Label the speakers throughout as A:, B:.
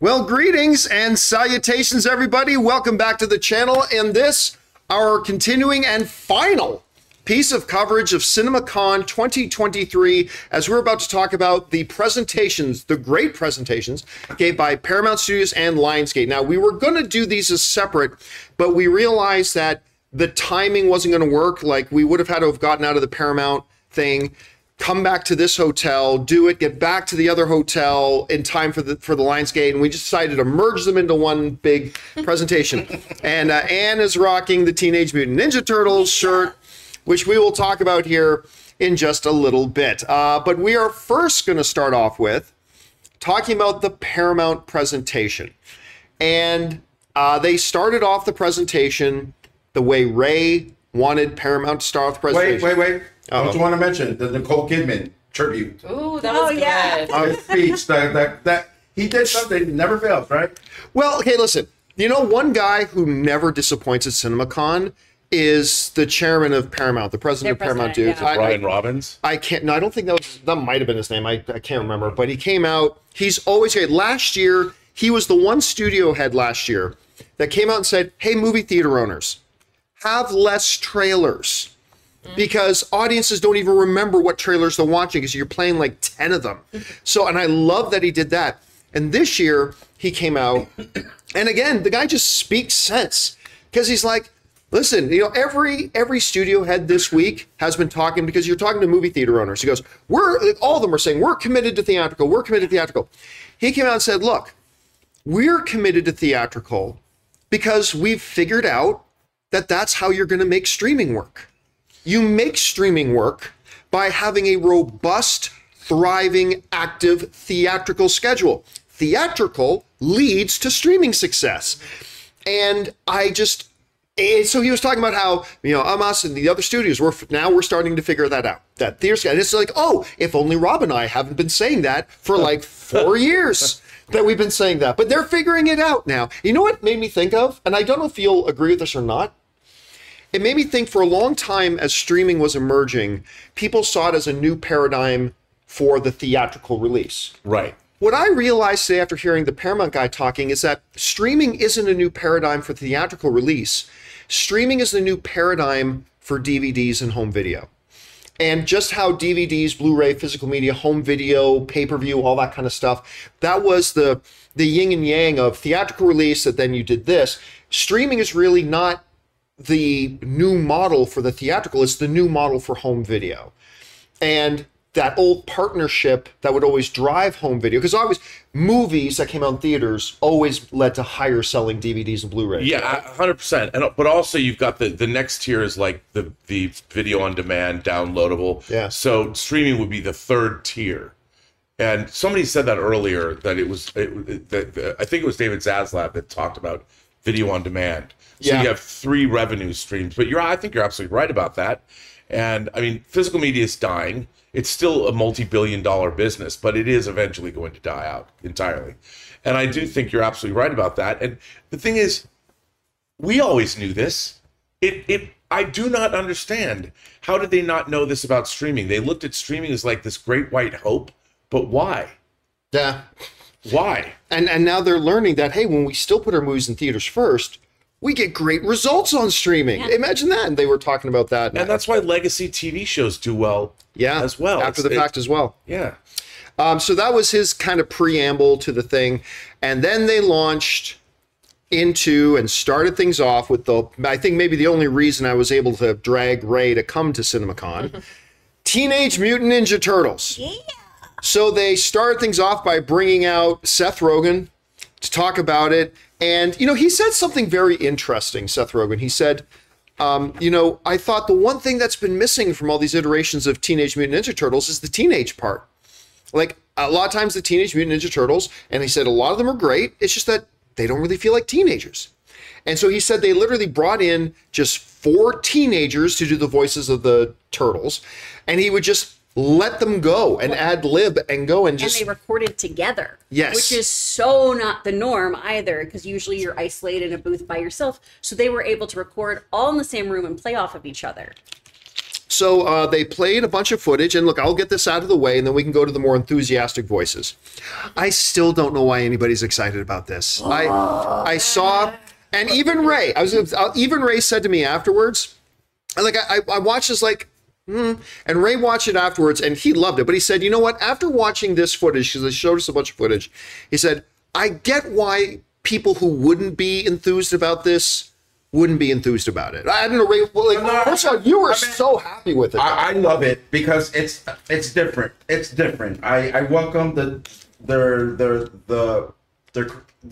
A: Well, greetings and salutations, everybody. Welcome back to the channel. And this, our continuing and final piece of coverage of CinemaCon 2023, as we're about to talk about the presentations, the great presentations gave by Paramount Studios and Lionsgate. Now, we were going to do these as separate, but we realized that the timing wasn't going to work. Like, we would have had to have gotten out of the Paramount thing come back to this hotel, do it, get back to the other hotel in time for the for the Lionsgate, and we just decided to merge them into one big presentation. and uh, Anne is rocking the Teenage Mutant Ninja Turtles shirt, which we will talk about here in just a little bit. Uh, but we are first going to start off with talking about the Paramount presentation, and uh, they started off the presentation the way Ray wanted Paramount to start off the
B: Wait,
A: presentation.
B: wait, wait.
A: Uh-oh.
B: Don't you want to mention the Nicole Kidman tribute?
C: Ooh, that
D: Oh,
C: was
D: yeah.
C: good.
B: Uh, speech that, that that he did something that never fails, right?
A: Well, okay, listen. You know, one guy who never disappoints at CinemaCon is the chairman of Paramount, the president
C: Their
A: of Paramount,
C: president,
A: dude.
C: yeah.
A: I,
E: Ryan
A: I,
E: Robbins.
A: I can't. No, I don't think that was. That might have been his name. I, I can't remember. But he came out. He's always great. Last year, he was the one studio head last year that came out and said, "Hey, movie theater owners, have less trailers." Because audiences don't even remember what trailers they're watching because you're playing like 10 of them. So, and I love that he did that. And this year, he came out and again, the guy just speaks sense because he's like, listen, you know, every every studio head this week has been talking because you're talking to movie theater owners. He goes, we're all of them are saying we're committed to theatrical. We're committed to theatrical. He came out and said, look, we're committed to theatrical because we've figured out that that's how you're going to make streaming work. You make streaming work by having a robust, thriving, active theatrical schedule. Theatrical leads to streaming success. And I just, and so he was talking about how, you know, Amas and the other studios, we're now we're starting to figure that out. That theater, and it's like, oh, if only Rob and I haven't been saying that for like four years that we've been saying that, but they're figuring it out now. You know what made me think of, and I don't know if you'll agree with this or not, it made me think for a long time as streaming was emerging, people saw it as a new paradigm for the theatrical release.
E: Right.
A: What I realized today after hearing the Paramount guy talking is that streaming isn't a new paradigm for theatrical release. Streaming is the new paradigm for DVDs and home video. And just how DVDs, Blu-ray, physical media, home video, pay-per-view, all that kind of stuff, that was the the yin and yang of theatrical release that then you did this. Streaming is really not the new model for the theatrical, it's the new model for home video and that old partnership that would always drive home video because always movies that came out in theaters always led to higher selling DVDs and Blu-rays.
E: Yeah, hundred percent. And but also you've got the the next tier is like the the video on demand, downloadable.
A: Yeah.
E: So streaming would be the third tier. And somebody said that earlier that it was it, it- that that- I think it was David Zaslav that talked about video on demand. So
A: Yeah.
E: you have three revenue streams, but you're I think you're absolutely right about that. And I mean, physical media is dying. It's still a multi-billion dollar business, but it is eventually going to die out entirely. And I do think you're absolutely right about that. And the thing is, we always knew this. It it I do not understand. How did they not know this about streaming? They looked at streaming as like this great white hope, but why?
A: Yeah.
E: Why?
A: And and now they're learning that hey, when we still put our movies in theaters first, we get great results on streaming. Imagine that. And they were talking about that.
E: And that's why legacy TV shows do well.
A: yeah,
E: as well.
A: After the
E: It's- it-
A: fact as well.
E: yeah.
A: Um, so that was his kind of preamble to the thing, and then they launched into and started things off with the. I think maybe the only reason I was able to drag Ray to come to CinemaCon, Teenage Mutant Ninja Turtles. Yeah. So they started things off by bringing out Seth Rogen to talk about it, and you know he said something very interesting. Seth Rogen. He said. Um, you know, I thought the one thing that's been missing from all these iterations of Teenage Mutant Ninja Turtles is the teenage part like a lot of times the teenage mutant ninja turtles and they said a lot of them are great it's just that they don't really feel like teenagers and so he said they literally brought in just four teenagers to do the voices of the turtles and he would just let them go and ad lib and go and
D: and
A: just
D: they recorded together.
A: Yes.
D: Which is so not the norm either, because usually you're isolated in a booth by yourself. So they were able to record all in the same room and play off of each other.
A: So uh, they played a bunch of footage, and look, I'll get this out of the way, and then we can go to the more enthusiastic voices. I still don't know why anybody's excited about this. I I saw, and even Ray, I was uh, even Ray said to me afterwards, and like I, I watched this like hmm, and Ray watched it afterwards and he loved it. But he said, you know what? After watching this footage, because they showed us a bunch of footage, he said, I get why people who wouldn't be enthused about this wouldn't be enthused about it. I don't know, Ray. Well, like,
B: No, no,
A: first of all, you were
B: I mean-
A: so happy with it.
B: I, I love it because it's it's different. It's different. I, I welcome the their their the their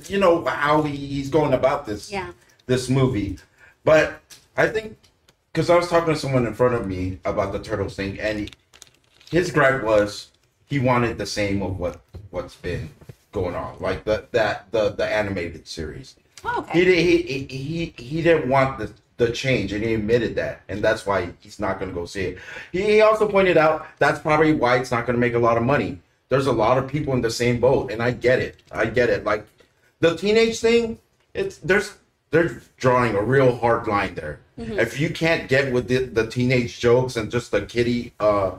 B: you know how he, he's going about this
D: Yeah.
B: this movie, but I think because I was talking to someone in front of me about the turtles thing, and he, his gripe was he wanted the same of what what's been going on, like the that the the animated series.
D: Oh,
B: He,
D: okay.
B: did, he he he he didn't want the the change, and he admitted that, and that's why he's not going to go see it. He, he also pointed out that's probably why it's not going to make a lot of money. There's a lot of people in the same boat, and I get it. I get it. Like the teenage thing, it's there's they're drawing a real hard line there.
D: Mm-hmm.
B: If you can't get with the, the teenage jokes and just the kitty, uh,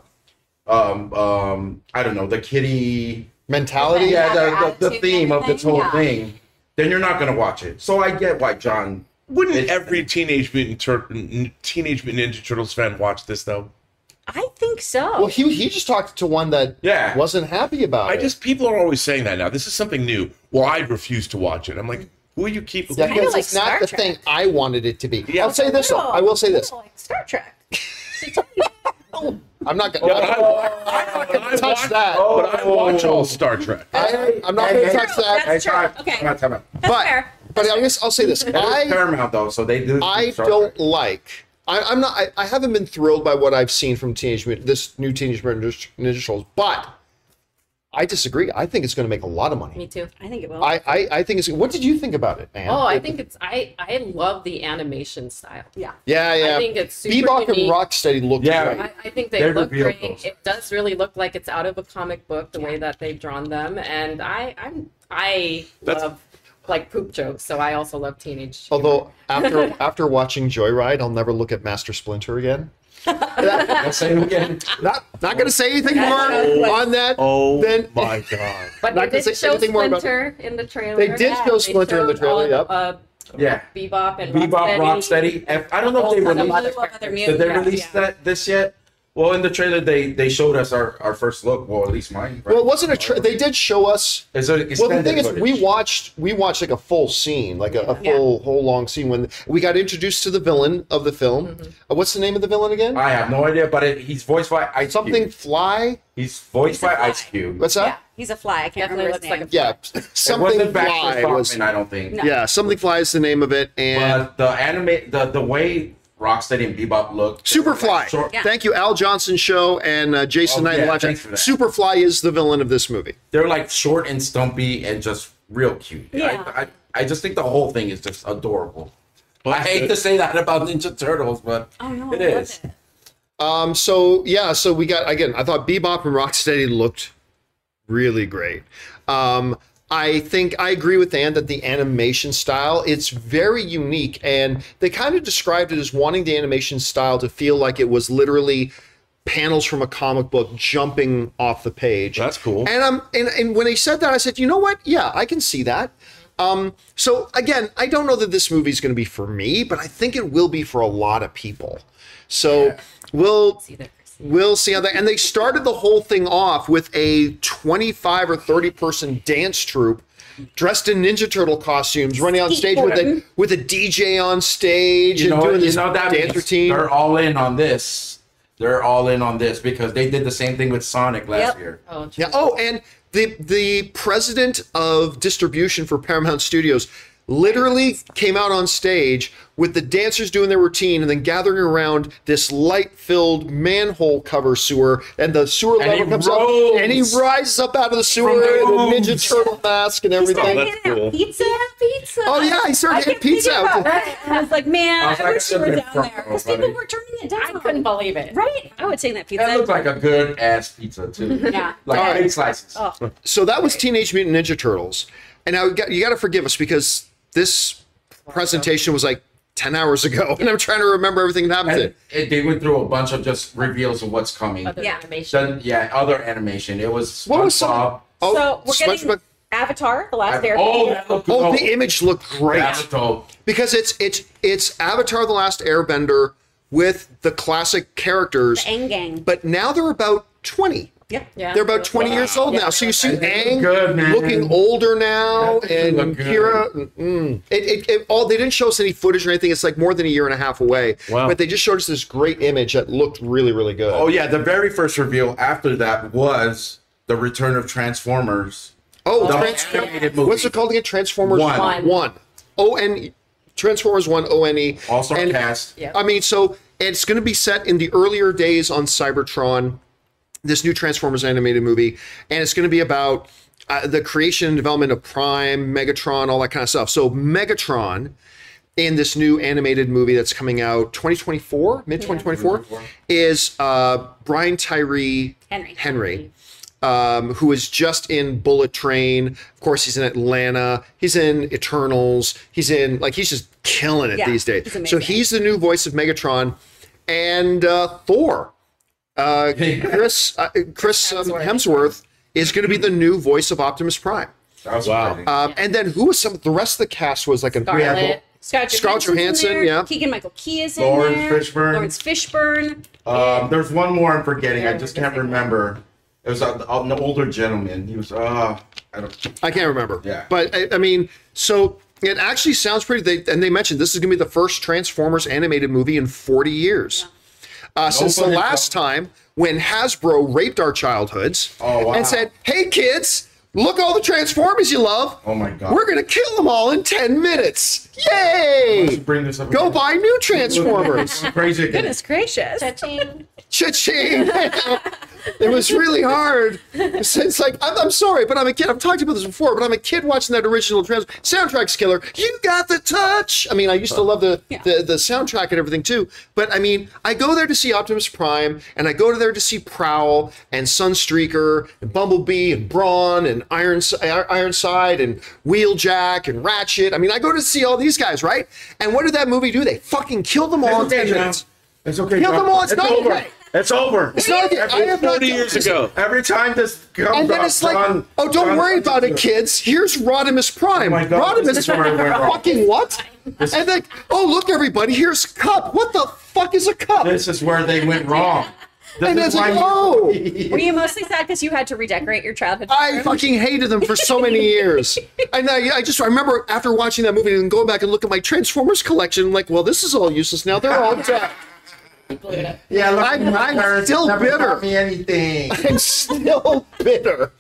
B: um, um, I don't know, the kitty
A: Mentality.
D: Okay.
B: yeah,
D: their
B: the, the, the
D: attitude
B: theme
D: and
B: of this
D: everything,
B: whole
D: yeah.
B: thing, then you're not gonna watch it. So I get why John
E: Wouldn't
B: It-
E: every teenage mutant Tur- n- teenage mutant ninja turtles fan watch this though?
D: I think so.
A: Well, he, he just talked to one that
B: Yeah.
A: wasn't happy about
E: I
A: it.
E: just people are always saying that now. This is something new. Well, I refuse to watch it. I'm like, who are you keep?
A: yeah,
D: kinda
A: because
D: like
A: it's not
D: Star
A: the
D: Trek.
A: thing I wanted it to be.
E: Yeah.
A: I'll say this. though. I will say this.
D: Little, like Star Trek.
A: I'm not gonna.
E: But I, wa- but I
A: touch
E: watch,
A: that.
E: But I watch all Star Trek.
A: I, I'm not gonna
B: Hey,
A: touch
D: hey,
A: that.
D: That's true.
B: time-
D: Okay.
B: time out, time out.
D: That's
A: but
D: fair.
A: but I guess I'll say this.
B: That is
A: I
B: Paramount though, so they do.
A: I
B: Star
A: don't
B: Trek.
A: like. I, I'm not. I, I haven't been thrilled by what I've seen from Teenage Mut- this new Teenage Mutant Ninja, Ninja Turtles, but I disagree. I think it's going to make a lot of
C: Me
A: money.
C: too.
D: I think it will.
A: I, I I think it's. What did you think about it, Anne?
C: Oh, I think it's I I love the animation style.
D: yeah.
A: Yeah, yeah.
C: think it's super
A: Bebop and
C: unique.
A: Rocksteady looked
B: Yeah.
A: great.
C: I, I think they
B: They
C: look
B: reveal
C: great.
B: those.
C: It does really look like it's out of a comic book the way that they've drawn them, and I I'm I
E: That's-
C: love like poop jokes, so I also love teenage. humor.
A: Although after after watching Joyride, I'll never look at Master Splinter again. That-
B: Let's say it again.
A: not not going to say anything more on that.
E: Oh
A: Then-
E: my god!
C: but
A: not
C: they
A: gonna
C: did
A: say
C: show
A: anything more about-
C: Splinter in the trailer.
A: They did show
C: they
A: Splinter in the
C: showed
A: trailer,
C: all,
A: yep.
C: Uh,
B: Yeah.
C: Bebop and
B: Bebop, Rocksteady. F- I don't know if they
D: Oh,
B: released.
D: Mother- Mother Mutants,
B: Did they
D: yeah,
B: release
D: yeah.
B: that this yet? Well, in the trailer, they they showed us our our first look. Well, at least mine. right?
A: Well, it wasn't a. Tra- they did show us
B: It's a
A: Well, the
B: extended
A: thing is,
B: footage.
A: we watched we watched like a full scene, like a, a
C: Yeah.
A: full whole long scene when we got introduced to the villain of the film.
C: Mm-hmm.
A: Uh, what's the name of the villain again?
B: I have no idea, but it, he's voiced by Ice
A: Something
B: Cube.
A: fly.
B: He's voiced
D: He's a
B: by
D: fly.
B: Ice Cube.
A: What's
D: Yeah.
A: that?
D: He's a fly. I can't
C: Definitely
D: remember his
C: looks like
D: name.
C: a-
A: Yeah,
B: It
A: something
B: wasn't Baxter
A: fly was.
B: Stockman, I don't think.
D: No.
A: Yeah, something fly is the name of it, and
B: But the anime, the the way Rocksteady and Bebop look,
A: Superfly.
B: Short-
D: Yeah.
A: Thank you, Al Johnson show and uh, Jason
B: Oh,
A: Knight.
B: yeah,
A: Live.
B: thanks for that.
A: Superfly is the villain of this movie.
B: They're like short and stumpy and just real cute.
D: Yeah.
B: I, I, I just think the whole thing is just adorable. I
E: But-
B: hate to say that about Ninja Turtles, but
D: Oh no,
B: it
D: I love
B: is.
D: it.
A: Um, so yeah, so we got again. I thought Bebop and Rocksteady looked really great. Um, I think I agree with Anne that the animation style it's very unique, and they kind of described it as wanting the animation style to feel like it was literally panels from a comic book jumping off the page.
E: That's cool.
A: And I'm and, and when he said that, I said, you know what? Yeah, I can see that. Um, so again, I don't know that this movie is going to be for me, but I think it will be for a lot of people. So we'll
C: See there.
A: we'll see how that. And they started the whole thing off with a twenty-five or thirty-person dance troupe dressed in Ninja Turtle costumes, running on stage with a with a DJ on stage
B: You
A: and
B: know,
A: doing
B: you
A: this
B: know that
A: dance
B: means
A: routine.
B: they're all in on this. They're all in on this because they did the same thing with Sonic last
D: Yep.
B: year.
C: Oh, true.
A: Yeah. Oh, and the the president of distribution for Paramount Studios literally came out on stage with the dancers doing their routine and then gathering around this light-filled manhole cover sewer and the sewer
B: And he
A: level comes up and he
B: rose.
A: rises up out of the sewer
B: the
A: in the ninja
B: ooze.
A: turtle mask and
D: He started
A: everything.
E: that's
D: handing out
E: cool.
D: pizza, pizza.
A: Oh, yeah, he started
D: I
A: handing
D: kept thinking
A: pizza out.
D: about that. I was like, man,
B: I was
D: I,
B: like,
D: wish
B: I
D: you were
B: couldn't
D: down
B: be
D: there because
B: proud,
D: people
B: buddy.
D: were turning it
C: I
D: down.
C: couldn't believe it.
D: Right? I would take that pizza.
B: That looked like a good ass pizza too.
D: Yeah.
B: Like
A: All right.
B: big slices.
D: Oh,
A: So that was Teenage Mutant Ninja Turtles, and now you got, you got to forgive us because this presentation was like ten hours ago, and I'm trying to remember everything that happened.
B: And it, they went through a bunch of just reveals of what's coming.
C: Other
D: Yeah.
C: animation.
B: Then, yeah, other animation. It was
A: What was some-
B: SpongeBob.
A: oh,
D: so we're getting
A: SpongeBob-
D: Avatar, the last Airbender.
B: Oh, that looked
A: oh,
B: dope.
A: the image looked great
B: That looked dope.
A: because it's it's it's Avatar: The Last Airbender with the classic characters,
D: the Aang gang.
A: but now they're about twenty.
D: yeah.
C: Yeah.
A: They're about 20 years old
C: Yeah,
A: now. So you see
B: they
A: Aang
B: look good, man.
A: looking older now,
B: Yeah, they
A: and
B: look good.
A: Kira. Mm, it, it, it all they didn't show us any footage or anything. It's like more than a year and a half away.
E: Wow.
A: But they just showed us this great image that looked really, really good.
B: Oh yeah, the very first reveal after that was the return of Transformers.
A: Oh,
B: The
A: Transform-
B: animated movie.
A: What's it called again? Transformers
B: One.
C: One.
A: One. O N. E, Transformers One. O N E.
B: Also
A: And-
B: cast.
C: Yeah.
A: I mean, so it's going to be set in the earlier days on Cybertron, this new Transformers animated movie, and it's going to be about uh, the creation and development of Prime, Megatron, all that kind of stuff. So Megatron in this new animated movie that's coming out 2024, mid 2024, is uh, Brian Tyree
D: Henry.
A: Henry. Um, who is just in Bullet Train? Of course, he's in Atlanta. He's in Eternals. He's in like he's just killing it
D: Yeah,
A: these days.
D: he's
A: so
D: amazing.
A: he's the new voice of Megatron and uh, Thor. Uh, Chris uh, Chris um,
C: Hemsworth.
A: Hemsworth is going to be the new voice of Optimus Prime.
B: That was
E: Wow.
B: surprising.
A: Um, And then who was some? The rest of the cast was like a
C: Scarlet.
D: Scarlett
A: Scarlett
D: Johansson's in
A: Johansson,
D: there,
A: yeah.
D: Keegan Michael Key is in
B: Lawrence
D: there.
B: Fishburne.
D: Lawrence Fishburne.
B: Um, there's one more I'm forgetting. I
C: Yeah,
B: just
C: I
B: can't remember. It was uh, an older gentleman. He was uh, I don't.
A: I can't remember.
B: Yeah.
A: But I, I mean, so it actually sounds pretty. They, and they mentioned this is going to be the first Transformers animated movie in 40 years. Uh, since the
B: pun
A: last time when Hasbro raped our childhoods
B: Oh, wow.
A: and said, hey, kids, look all the Transformers you love.
B: Oh my God.
A: We're going to kill them all in 10 minutes. Yay!
B: Let's bring this up.
A: Go
B: again.
A: buy new Transformers.
B: Crazy again.
D: Goodness gracious.
C: Touching.
A: Cha-ching! it was really hard. Since like I'm, I'm sorry, but I'm a kid. I've talked about this before, but I'm a kid watching that original trans soundtrack's killer. You got the touch. I mean, I used to love the,
D: Yeah.
A: the the soundtrack and everything too. But I mean, I go there to see Optimus Prime, and I go there to see Prowl and Sunstreaker and Bumblebee and Brawn and Iron Ironside and Wheeljack and Ratchet. I mean, I go to see all these guys, right? And what did that movie do? They fucking killed them all in
B: It's okay,
A: ten
B: John.
A: minutes.
B: It's okay.
A: Kill
B: John.
A: them all. It's not
B: over.
A: okay.
B: It's over.
A: It's not okay. I have not
E: 40
A: done
E: years
A: this.
E: ago.
B: Every time this comes
A: And then
B: up,
A: it's like,
B: John-
A: oh, don't
B: John-
A: worry about it, kids. Here's Rodimus Prime.
B: Oh my God, this
A: Rodimus
B: is where it went wrong.
A: fucking what? And like, oh look, everybody, here's Cup. What the fuck is a cup?
B: This is where they went wrong. This
A: and it's like,
B: why-
A: oh,
D: Were you mostly sad because you had to redecorate your childhood?
A: I
D: room?
A: fucking hated them for so many years. And I, I just remember after watching that movie and going back and look at my Transformers collection, I'm like, well, this is all useless now. They're all dead.
C: Blew it up.
B: Yeah, look,
A: I'm-
B: my
A: I'm
B: parents
A: still
B: never
A: bitter.
B: taught me anything.
A: I'm still bitter.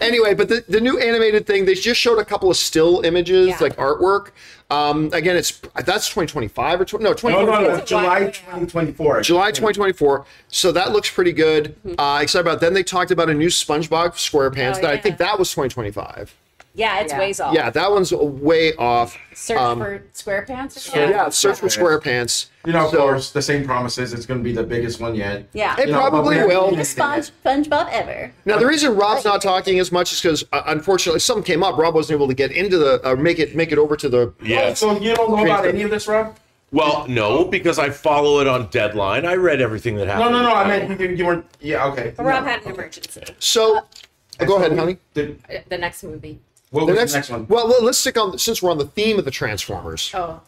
A: Anyway, but the, the new animated thing, they just showed a couple of still images,
D: Yeah.
A: like artwork. Um, again, it's that's 2025 or tw- no, 2024.
B: No, no, no.
C: It's
B: July
C: wild.
B: 2024.
A: July 2024. So that looks pretty good. Uh, excited about. Then they talked about a new SpongeBob SquarePants.
D: Oh,
A: that I
D: yeah. Oh.
A: think that was 2025.
D: Yeah, it's
C: Yeah.
D: ways off.
A: Yeah, that one's way off.
D: Search
A: Um,
D: for SquarePants. Or something?
A: yeah, search for SquarePants.
B: You know, of
A: So-
B: course, the same promises. It's going to be the biggest one yet.
D: Yeah.
A: It
B: You know,
A: probably
B: but we haven't
A: will.
B: seen
D: The
B: anything
D: Sponge,
B: yet.
D: SpongeBob ever.
A: Now the reason Rob's not talking as much is because uh, unfortunately something came up. Rob wasn't able to get into the uh, make it make it over to the
E: Yes.
B: Oh, So you don't know about any of this, Rob?
E: Well, no, because I follow it on deadline. I read everything that
B: No,
E: happened.
B: no, no. I meant you, you weren't. Yeah, okay.
D: But Rob had an emergency.
A: So oh, go ahead, honey.
B: Did,
C: The next movie.
B: what
A: The
B: was
A: next,
B: the next one?
A: Well, let- let's stick on since we're on the theme of the Transformers.
C: Oh.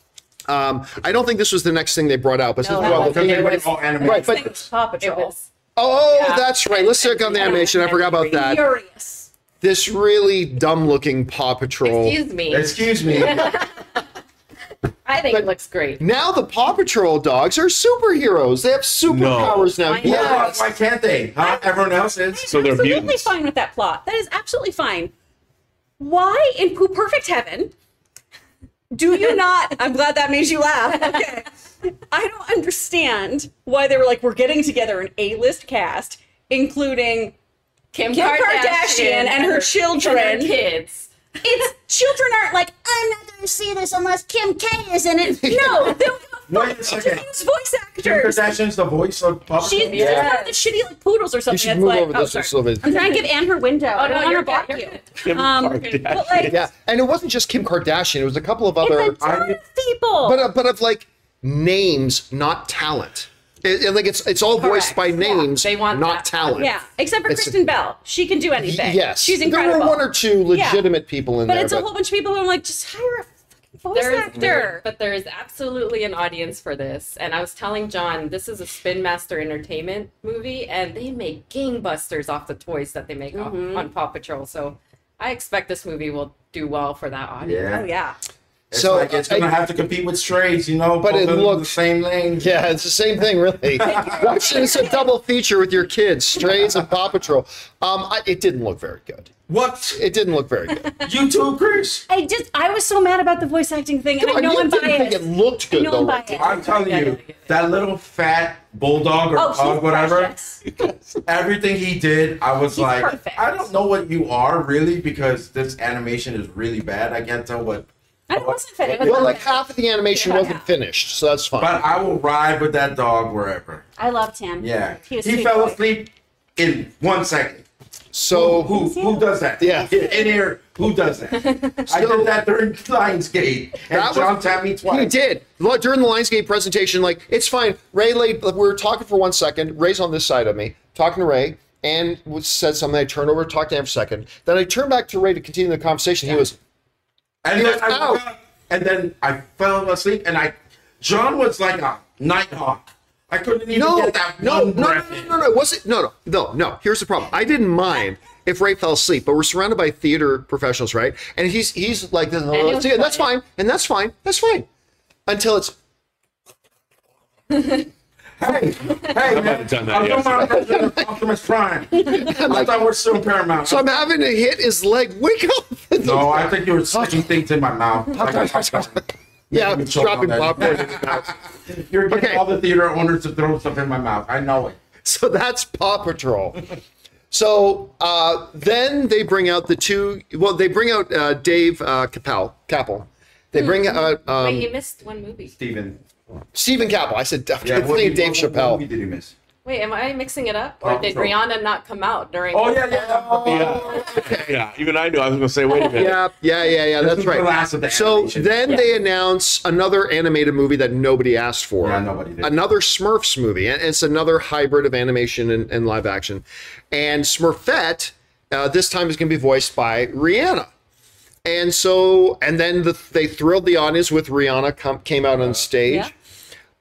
A: Um, I don't think this was the next thing they brought out, but since
C: No,
A: we're
C: that
A: on the
B: because
C: wasn't
A: theme,
B: they
C: it
B: went
C: was-
B: all animated.
A: right?
D: It
A: But
D: was Paw Patrol.
C: It was.
A: oh,
C: Yeah.
A: that's right. Let's stick on the animation. I forgot about that.
D: Furious.
A: This really dumb-looking Paw Patrol.
C: Excuse me.
B: Excuse me.
C: I think
A: But-
C: it looks great.
A: Now the Paw Patrol dogs are superheroes. They have superpowers now.
D: I know.
A: Yes.
B: Why can't they? Huh? Everyone else is.
E: So they're
D: absolutely
E: mutants.
D: fine with that plot. That is absolutely fine. Why in Pooh Perfect Heaven do you not? I'm glad that made you laugh. Okay. I don't understand why they were like, we're getting together an A list cast, including
C: Kim,
D: Kim
C: Kardashian,
D: Kardashian and her children.
C: and her kids.
D: it's children aren't like, I'm not going to see this unless Kim K is in it. No, they don't give a
B: Wait
D: fuck.
B: a
D: They just
B: second.
D: use voice
B: Kim
D: actors.
B: Kardashian's the voice of Paw
D: She's,
B: Patrol.
D: she's
C: Yeah.
D: one of the shitty like poodles or something.
A: You should
D: that's
A: move
D: like,
A: over
D: oh,
A: this
D: sorry.
A: just a little bit.
D: I'm trying to give Anne her window.
C: Oh,
D: I
C: no,
D: don't want her
C: you're
D: block
C: good, you're
D: you.
C: good.
E: Kim
D: Um,
E: Kardashian.
D: but like,
A: Yeah, and it wasn't just Kim Kardashian. It was a couple of
D: it's
A: other.
D: a ton of people.
A: But uh, but of like names, not talent. It, it- like it's it's all voiced by
C: Correct. Yeah.
A: names,
C: They want
A: not
C: that.
A: talent.
D: Yeah, except for
A: It's-
D: Kristen Bell. She can do anything.
A: Yes,
D: She's incredible.
A: There were one or two
D: Yeah.
A: legitimate people in
D: But
A: there,
D: it's a whole bunch of people who I'm like, just hire a fucking voice
C: There is,
D: actor.
C: but there is absolutely an audience for this. And I was telling John, this is a Spin Master Entertainment movie, and they make gangbusters off the toys that they make off- on Paw Patrol. So I expect this movie will do well for that audience.
B: Yeah.
D: oh yeah.
B: It's
A: So,
B: like it's gonna
A: I-
B: have to compete with strays, you know.
A: But
B: both
A: it
B: of them in the
A: looks-
B: same lane.
A: Yeah, it's the same thing, really. Watching this a double feature with your kids, Strays and Paw Patrol. Um, I, it didn't look very good.
B: What
A: It didn't look very good.
B: you too, Chris?
D: I just I was so mad about the voice acting thing, and I know
A: you
D: I'm
A: didn't think
D: biased.
A: it looked
D: I
A: good
D: know
A: though.
D: I'm biased.
B: I'm telling you, that little fat bulldog or
D: Oh, she's
B: dog, whatever.
D: precious.
B: everything he did, I was
D: He's
B: like,
D: perfect.
B: I don't know what you are really because this animation is really bad. I can't tell what.
D: I don't wasn't fit. It was
A: Well, like
D: perfect.
A: half of the animation
D: Yeah.
A: wasn't finished, so that's fine.
B: But uh, I will ride with that dog wherever.
D: I loved him.
B: Yeah, he,
D: He, was a sweet
B: fell
D: boy.
B: asleep in one second.
A: so
B: Who who does that?
A: Yeah.
B: in here, who does that? I did that during Lionsgate, and
A: That was-
B: John tapped me twice.
A: He did. Look, During the Lionsgate presentation, like, it's fine. Ray laid, like, we were talking for one second. Ray's on this side of me, talking to Ray, and was- said something. I turned over, talked to him for a second. Then I turned back to Ray to continue the conversation. He was,
B: And
A: He
B: then
A: was
B: I woke
A: out.
B: up, and then I fell asleep, and I John was like a nighthawk. I couldn't even
A: no,
B: get that
A: no, no,
B: one
A: no,
B: breath
A: no,
B: in.
A: no, no. It wasn't, no, no, no, no. Here's the problem. I didn't mind if Ray fell asleep, but we're surrounded by theater professionals, right? And he's, he's like, this,
C: it was
A: and that's
C: funny.
A: fine, and that's fine, that's fine. Until it's,
B: Hey, hey, man.
E: might have done that
B: I'm doing my
E: yesterday.
B: version of Optimus Prime. I thought we're still in Paramount.
A: so I'm having to hit his leg. Wake up.
B: no, I think you were sticking things in my mouth. Like I popped-
A: yeah,
B: You choked
A: dropping
B: on that.
A: popcorn. in his mouth.
B: You're getting
A: Okay.
B: all the theater owners to throw stuff in my mouth. I know it.
A: So that's Paw Patrol. So uh, then they bring out the two. Well, they bring out uh, Dave uh, Capel. Capel. They bring out um,
C: Wait, you missed one movie.
B: Steven.
A: Stephen Capel. I said, I'm
B: what-
A: thinking Dave
B: what- What movie
A: Chappelle.
B: did he miss?
C: Wait, am I mixing it up?
B: Paw
C: Or did
B: Patrol.
C: Rihanna not come out during?
B: Oh, yeah, yeah. Oh,
E: Yeah. yeah, even I knew. I was going to say, wait a minute.
A: Yeah, yeah, yeah, yeah. That's
B: is the last of
A: right.
B: the
A: So
B: animation.
A: then they announce another animated movie that nobody asked for.
B: Yeah, nobody did.
A: Another Smurfs movie, and it's another hybrid of animation and, and live action. And Smurfette, uh, this time is going to be voiced by Rihanna. And so, and then the, they thrilled the audience with Rihanna come, came out on stage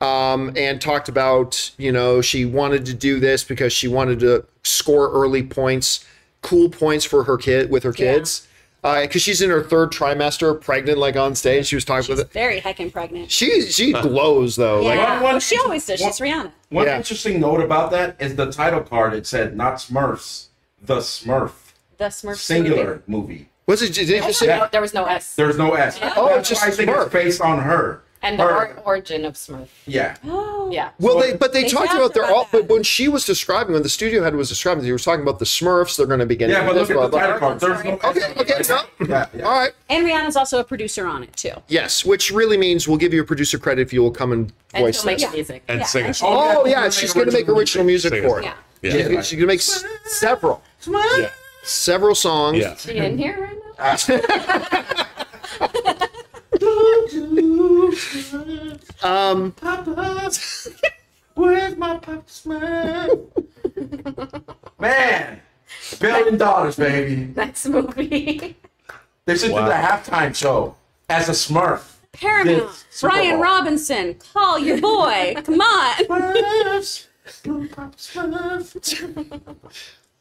C: Yeah.
A: um, and talked about, you know, she wanted to do this because she wanted to score early points, cool points for her kid with her
D: Yeah.
A: kids. Because Uh, she's in her third trimester, pregnant, like on stage. She was talking
D: She's
A: with it.
D: very heckin' pregnant.
A: She she glows though. Like
D: Yeah.
B: One- one-
D: Well, she always does. She's Rihanna.
B: One
A: Yeah.
B: interesting note about that is the title card. It said not Smurfs, the Smurf
C: The Smurfs
B: singular movie.
A: was it? Did it just
C: Movie.
A: say?
B: Yeah.
C: There was no S.
B: There's no S.
A: Oh,
B: That's
A: it's just
B: why I think
A: Smurf.
B: it's based on her.
C: And the
B: her.
C: or- origin of Smurf.
B: yeah.
D: Oh.
C: Yeah.
A: Well, they but they,
D: They
A: talked
D: talked
A: about their
D: about
A: all. But
D: that.
A: when she was describing, when the studio head was describing, they were talking about the Smurfs. They're going to be getting
B: Yeah, but
A: this,
B: look
A: blah,
B: at the
A: blah,
B: title
A: blah.
B: card. There's no
A: Okay, okay, no.
B: Yeah, yeah.
A: All right.
D: And Rihanna's also a producer on it too.
A: Yes, which really means we'll give you a producer credit if you will come and
C: And
A: voice
C: she'll make
A: this.
C: music.
E: And
D: Yeah,
E: sing
D: and
E: it.
D: she-
A: Oh yeah, she's going to make original music
E: Sing
A: for it.
E: it.
D: Yeah.
E: Yeah.
A: Yeah, she's gonna make s- several,
E: Yeah.
A: several songs.
E: Yeah.
C: She in here right now?
A: Um,
B: Where's my pop smile? Man, billion dollars, baby.
C: Next movie.
B: They should do the halftime show as a Smurf.
D: Paramount.
B: This Super
D: Brian
B: Bowl.
D: Robinson. Call your boy. Come on.
B: Smurfs, pop Smurfs.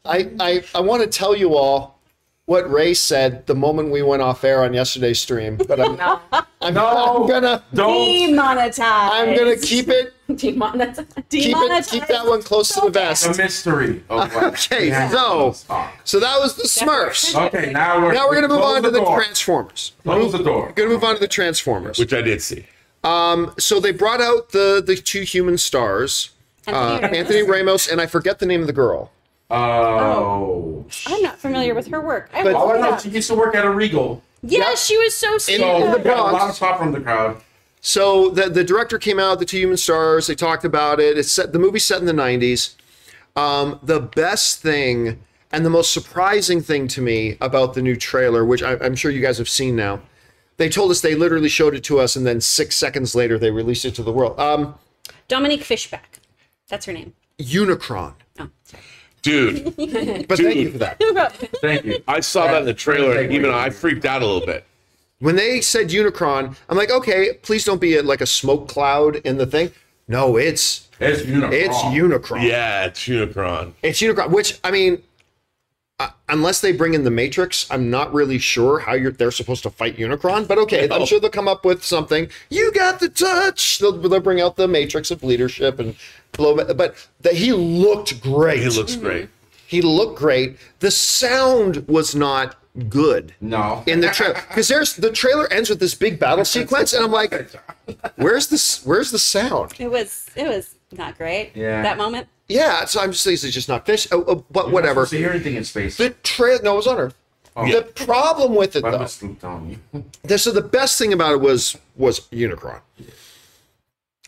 A: I, I, I want to tell you all what Ray said the moment we went off air on yesterday's stream, but I'm,
C: No.
A: I'm,
B: No.
A: I'm gonna,
B: Don't.
D: Demonetized.
A: I'm gonna keep it,
C: Demonetized.
A: keep it, keep that one close to the
B: The
A: vest.
B: mystery. of what-
A: Okay,
B: Yeah.
A: so-
B: Stop.
A: So that was the Smurfs.
B: Okay, now we're
A: Now we're gonna move
B: close
A: on to the
B: door.
A: Transformers.
B: Close the door.
A: We're gonna move on to the Transformers.
E: Which I did see.
A: So they brought out the the two human stars, uh,
D: Anthony Ramos.
A: Anthony Ramos, and I forget the name of the girl.
B: Oh.
D: I'm not familiar with her work. I
A: But-
D: will
B: Oh, I
D: look it
B: know.
D: up.
B: She used to work at a Regal.
D: Yeah, she was so sweet.
B: So
A: the
B: we got a
A: Bronx.
B: lot of pop from the crowd.
A: So the the director came out, the two human stars. They talked about it. It's set, the movie set in the '90s. Um, the best thing and the most surprising thing to me about the new trailer, which I, I'm sure you guys have seen now, They told us they literally showed it to us, and then six seconds later they released it to the world. Um,
D: Dominique Fishback. That's her name.
A: Unicron.
D: Oh,
E: Dude,
A: But thank you for that.
B: Thank you.
E: I saw that in the trailer, and even I freaked out a little bit.
A: When they said Unicron, I'm like, okay, please don't be a, like a smoke cloud in the thing. No, it's
B: It's Unicron.
A: it's Unicron.
E: Yeah, it's Unicron.
A: It's Unicron, which I mean, uh, unless they bring in the Matrix, I'm not really sure how you're they're supposed to fight Unicron. But okay,
E: No.
A: I'm sure they'll come up with something. You got the touch. They'll, they'll bring out the Matrix of leadership and blow. But the, he looked great.
E: He looks great.
D: Mm-hmm.
A: He looked great. The sound was not good
B: No.
A: in the trailer because there's the trailer ends with this big battle sequence, and I'm like, where's this? Where's the sound?
D: it was it was not great.
B: Yeah.
D: That moment.
A: Yeah, so I'm just saying it's just not fish. Oh, oh, but whatever.
B: See anything in space.
A: The trail, no, it was on Earth. The problem with it,
B: I
A: though,
B: was looped on you.
A: the, so the best thing about it was was Unicron.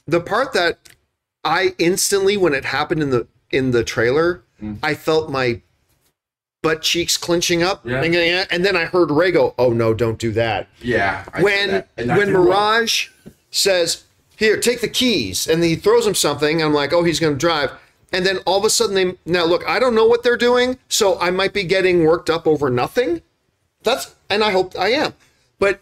A: The part that I instantly, when it happened in the in the trailer, I felt my butt cheeks clenching up,
B: Yeah.
A: and, going, "Eh," and then I heard Ray go, "Oh no, don't do that."
B: Yeah. I see
A: when
B: that. And I
A: when
B: do well.
A: Mirage says, "Here, take the keys," and he throws him something, and I'm like, "Oh, he's going to drive." And then all of a sudden, they now look. I don't know what they're doing, so I might be getting worked up over nothing. That's and I hope I am, but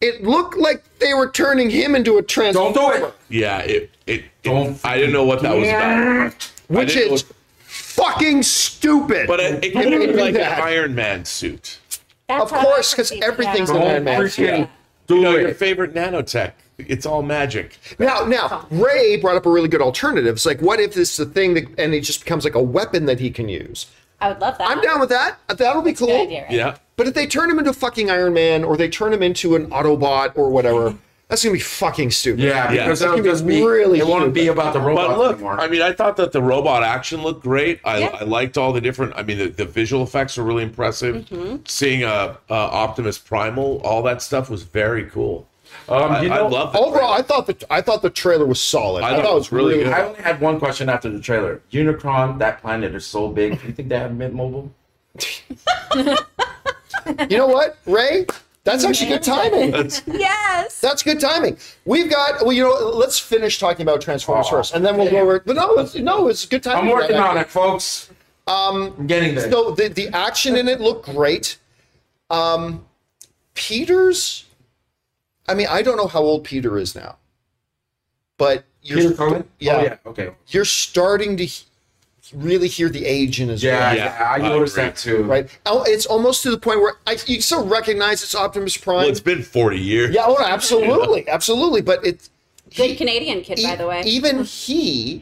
A: it looked like they were turning him into a trans.
B: Don't do it.
E: Yeah, it. it, it-
B: Don't
E: I didn't know what that was about. I
A: which
E: didn't know
A: is
E: what-
A: fucking stupid.
E: but it, it
A: Don't
E: looked
A: do
E: like
A: that.
E: an Iron Man suit.
D: That's
A: Of
D: how I
A: course, 'cause
D: perceived it.
A: everything's
D: Yeah.
A: an Iron
B: Don't
A: Man.
B: freaking
D: Yeah.
B: do
E: You know, your
B: it.
E: favorite nanotech. It's all magic.
A: Now, now, Ray brought up a really good alternative. It's like, what if this is the thing that, and it just becomes like a weapon that he can use?
D: I would love that.
A: I'm down with that. That'll be cool.
D: Good idea, right?
E: Yeah.
A: But if they turn him into fucking Iron Man or they turn him into an Autobot or whatever, that's gonna be fucking stupid.
B: Yeah,
E: Yeah.
B: because
E: That
B: that'll
A: could be
B: just be
A: really
B: It won't be
A: stupid.
B: about the
E: But
B: robot
E: look,
B: anymore.
E: I mean, I thought that the robot action looked great. I,
D: Yeah.
E: I liked all the different. I mean, the, the visual effects were really impressive. Seeing uh, uh, Optimus Primal, all that stuff was very cool.
B: um,
E: I,
B: you
E: I
B: know,
E: love. the
A: Overall, I thought the I thought the trailer was solid.
E: I
A: I,
E: thought
A: thought it was really,
E: good.
B: I only had one question after the trailer. Unicron, that planet is so big. Do you think they have mint mobile?
A: You know what, Ray? That's actually good timing.
E: trailer.
D: Yes.
A: That's good timing. We've got well, you know, let's finish talking about Transformers
B: Aw.
A: first, and then we'll go over. But no, it's, no, it's good timing.
B: I'm working
A: Right
B: on it, folks. Um, I'm getting there.
A: No, the, the action in it looked great. Um, Peter's, I mean, I don't know how old Peter is now, but you're,
B: Peter Cullen?
A: Yeah.
B: Oh, yeah. Okay.
A: you're starting to he- really hear the age in his
B: Yeah,
A: voice,
E: Yeah,
B: yeah, I
E: I
B: noticed
E: agree.
B: that too.
A: right? Oh, It's almost to the point where I, you still recognize it's Optimus Prime.
E: well, it's been forty years.
A: yeah, oh, absolutely, absolutely. But it's
D: Good Canadian kid,
A: e-
D: by the way.
A: even he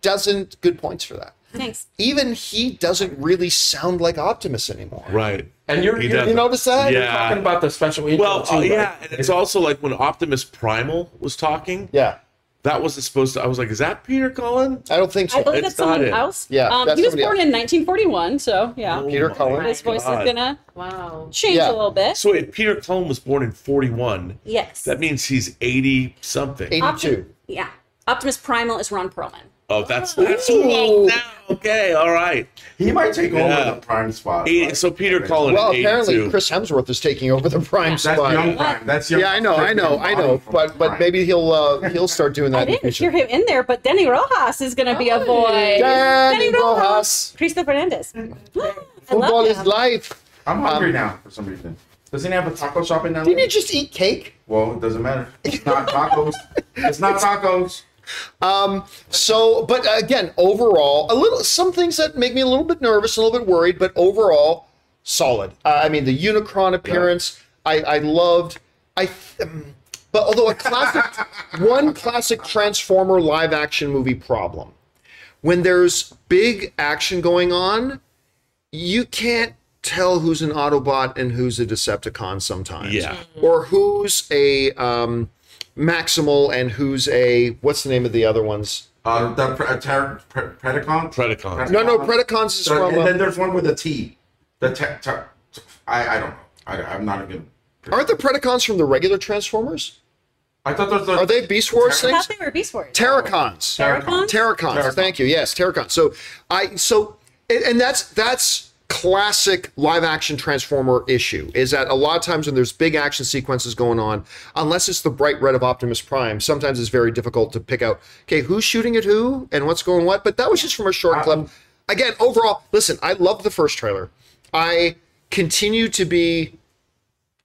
A: doesn't. Good points for that.
D: Thanks.
A: Even he doesn't really sound like Optimus anymore.
E: Right.
B: And you're,
E: He
B: you're,
E: does.
A: You notice that?
E: Yeah.
B: talking about the special intro
E: Well,
B: too,
E: uh,
B: right?
E: yeah, and it's also like when Optimus Primal was talking.
A: Yeah.
E: That wasn't supposed to. I was like, is that Peter Cullen?
A: I don't think so.
D: I believe
E: It's
D: that's
E: not
D: someone
E: it.
D: else.
A: Yeah,
D: Um,
A: that's
D: he was
A: somebody
D: born
A: else.
D: in 1941, so yeah.
E: Oh
A: Peter
E: my
A: Cullen.
D: His voice
E: God.
D: is gonna
C: Wow.
D: change
A: Yeah.
D: a little bit.
E: So if Peter Cullen was born in 41,
D: yes.
E: that means he's 80 something.
A: 82.
D: yeah. Optimus Primal is Ron Perlman.
E: Oh, that's that's who I'm now. Okay, all right.
B: He might take
E: Yeah.
B: over the prime spot.
E: 80, so Peter Cullen
A: Well,
E: at 82.
A: apparently Chris Hemsworth is taking over the prime
B: That's
A: spot.
B: young prime. That's young.
A: Yeah, I know, I know, I know. But but maybe he'll uh, he'll start doing that
D: I
A: in the
D: didn't hear
A: future.
D: him in there, but Denny Rojas is gonna be a
C: Oh.
D: boy.
A: Danny Rojas.
D: Cristo Fernandez. I
A: Football
D: love
A: is
D: him.
A: life.
B: I'm hungry now for some reason. Doesn't he have a taco shop in that?
A: um, Didn't you just eat cake?
B: Well, it doesn't matter. It's not tacos. it's not tacos.
A: So, but again, overall, a little some things that make me a little bit nervous, a little bit worried, but overall, solid. Uh, I mean, the Unicron appearance, I, I loved. I, um, but although a classic, one classic Transformer live action movie problem, when there's big action going on, you can't tell who's an Autobot and who's a Decepticon sometimes. Mm-hmm.
E: Yeah.
A: Or who's a um, Maximal and who's a what's the name of the other ones?
B: Uh, the pre- uh, ter- pre- Predacon.
E: Predacon.
A: No, no, Predacons is
B: So-
A: from.
B: Uh-huh. and then
A: Uh,
B: there's one with a T. The te- te- I I don't know. I, I'm not a good.
A: aren't the Predacons from the regular Transformers?
B: I thought those
A: Are they Beast Wars
D: I
A: things?
D: thought they were Beast Wars.
A: Terracons.
D: Terracons?
A: Terracons.
B: Terracons.
A: Thank you. Yes, Terracons. So I so and, and that's that's classic live action transformer issue is that a lot of times when there's big action sequences going on unless it's the bright red of optimus prime sometimes it's very difficult to pick out okay who's shooting at who and what's going what but that was just from a short
B: Uh-huh.
A: clip again overall listen i loved the first trailer i continue to be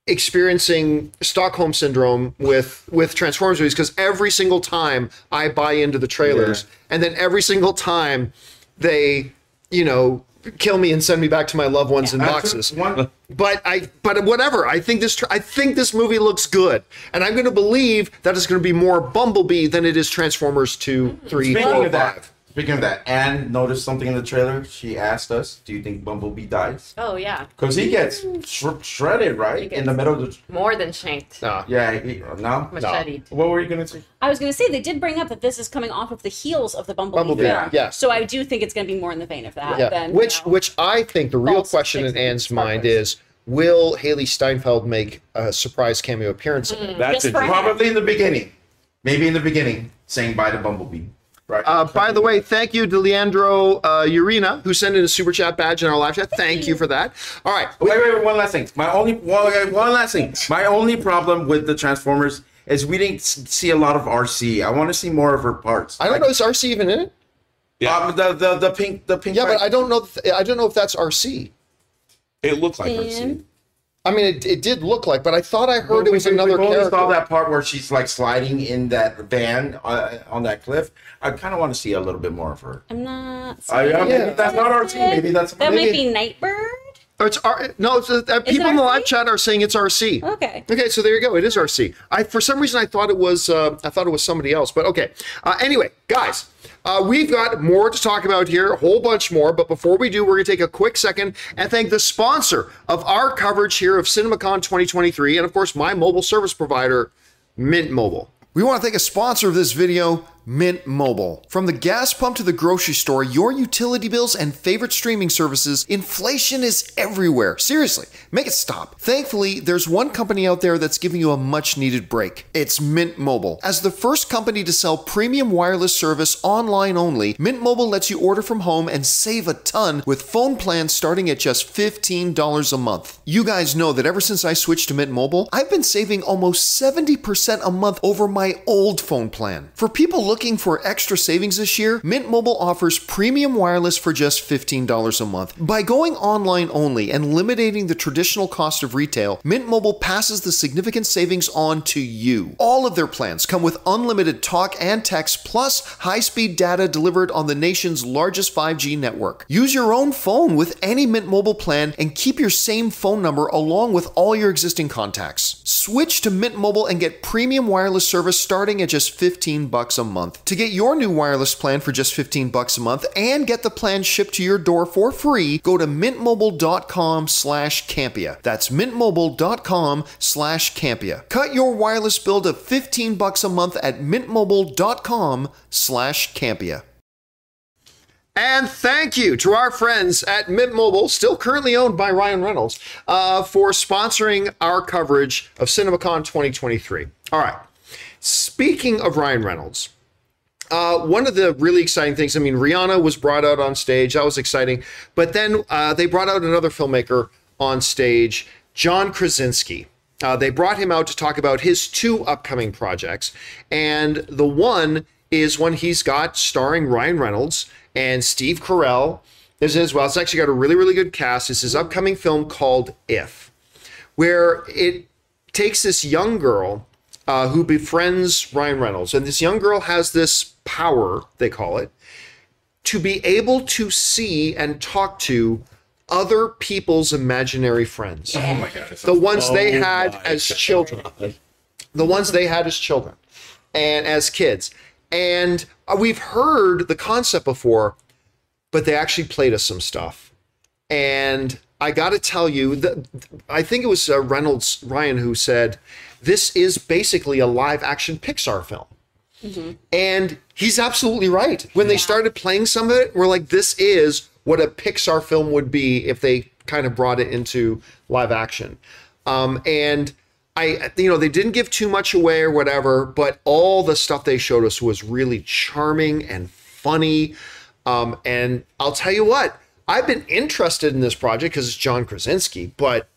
A: experiencing Stockholm syndrome with with Transformers movies because every single time I buy into the trailers, and then every single time they, you know, kill me and send me back to my loved ones in boxes.
B: One,
A: But I, but whatever. I think this, tr I think this movie looks good, and I'm going to believe that it's going to be more Bumblebee than it is Transformers two, three,
B: speaking
A: four,
B: of that,
A: five.
B: speaking of that, Anne noticed something in the trailer. She asked us, "Do you think Bumblebee dies?"
C: Oh yeah,
B: Because he gets sh- shredded right in the middle of the.
C: more than shanked,
A: Nah.
B: Yeah, he, no.
C: macheted.
B: What were you gonna say?
D: I was going to say they did bring up that this is coming off of the heels of the Bumblebee,
A: Bumblebee,
D: film.
A: yes.
D: So I do think it's going to be more in the vein of that.
A: Yeah,
D: Than,
A: which
D: you know,
A: which I think the real
D: false
A: question in
D: fixing
A: Anne's
D: Star
A: mind
D: Wars.
A: is: Will Haley Steinfeld make a surprise cameo appearance? in it?
E: That's
D: Just for
E: interesting.
B: Probably in the beginning. Maybe in the beginning, saying bye to Bumblebee. Right.
A: Uh, by the way, thank you to Leandro uh, Urina, who sent in a super chat badge in our live chat. Thank you for that. All right.
B: wait, wait, wait, one last thing. My only one, one last thing. My only problem with the Transformers is we didn't s- see a lot of RC. I want to see more of her parts.
A: I don't know. Is RC even in it?
E: Yeah.
B: Um, the, the the pink the pink.
A: Yeah, but
B: bike.
A: I don't know. Th- I don't know if that's RC.
E: It looked like RC.
A: I mean, it, it did look like, but I thought I heard
B: we,
A: it was
B: we-
A: another
B: we
A: character.
B: only saw that part where she's like sliding in that van uh, on that cliff. I kind of want to see a little bit more of her.
D: I'm not.
B: I, I
A: Yeah.
B: maybe that's not RC. Maybe that's
D: that
A: maybe-
D: might be Nightbird.
A: Oh, It's R- no. It's, uh, uh, people in the live
D: RC?
A: chat are saying it's RC.
D: Okay.
A: Okay, so there you go. It is RC. I for some reason I thought it was uh, I thought it was somebody else, but okay. Uh, anyway, guys, uh, we've got more to talk about here, a whole bunch more. But before we do, we're going to take a quick second and thank the sponsor of our coverage here of CinemaCon 2023, and of course my mobile service provider, Mint Mobile. We want to thank a sponsor of this video, Mint Mobile. From the gas pump to the grocery store, your utility bills and favorite streaming services, inflation is everywhere. Seriously, make it stop. Thankfully, there's one company out there that's giving you a much needed break. It's Mint Mobile. As the first company to sell premium wireless service online only, Mint Mobile lets you order from home and save a ton with phone plans starting at just $15 a month. You guys know that ever since I switched to Mint Mobile, I've been saving almost 70% a month over my old phone plan. For people looking for extra savings this year, Mint Mobile offers premium wireless for just $15 a month. By going online only and eliminating the traditional cost of retail, Mint Mobile passes the significant savings on to you. All of their plans come with unlimited talk and text plus high-speed data delivered on the nation's largest 5G network. Use your own phone with any Mint Mobile plan and keep your same phone number along with all your existing contacts. Switch to Mint Mobile and get premium wireless service starting at just 15 bucks a month. To get your new wireless plan for just 15 bucks a month and get the plan shipped to your door for free, go to mintmobile.com slash campia. That's mintmobile.com slash campia. Cut your wireless bill to 15 bucks a month at mintmobile.com slash campia. And thank you to our friends at Mint Mobile, still currently owned by Ryan Reynolds, uh, for sponsoring our coverage of CinemaCon 2023. All right. Speaking of Ryan Reynolds, uh, one of the really exciting things, I mean, Rihanna was brought out on stage. That was exciting. But then uh, they brought out another filmmaker on stage, John Krasinski. Uh, they brought him out to talk about his two upcoming projects. And the one is one he's got starring Ryan Reynolds and Steve Carell. This is, well, it's actually got a really, really good cast. It's his upcoming film called If where it takes this young girl uh, who befriends Ryan Reynolds, and this young girl has this power, they call it, to be able to see and talk to other people's imaginary friends.
E: Oh my god.
A: The ones they
E: Oh
A: had
E: my
A: as
E: God.
A: children. The ones they had as children and as kids. And uh, we've heard the concept before, but they actually played us some stuff. And I got to tell you, that I think it was uh, Reynolds Ryan who said, This is basically a live action Pixar film. And he's absolutely right. When they started playing some of it, we're like, this is what a Pixar film would be if they kind of brought it into live action. Um, and I, you know, they didn't give too much away or whatever, but all the stuff they showed us was really charming and funny. Um, and I'll tell you what, I've been interested in this project because it's John Krasinski, but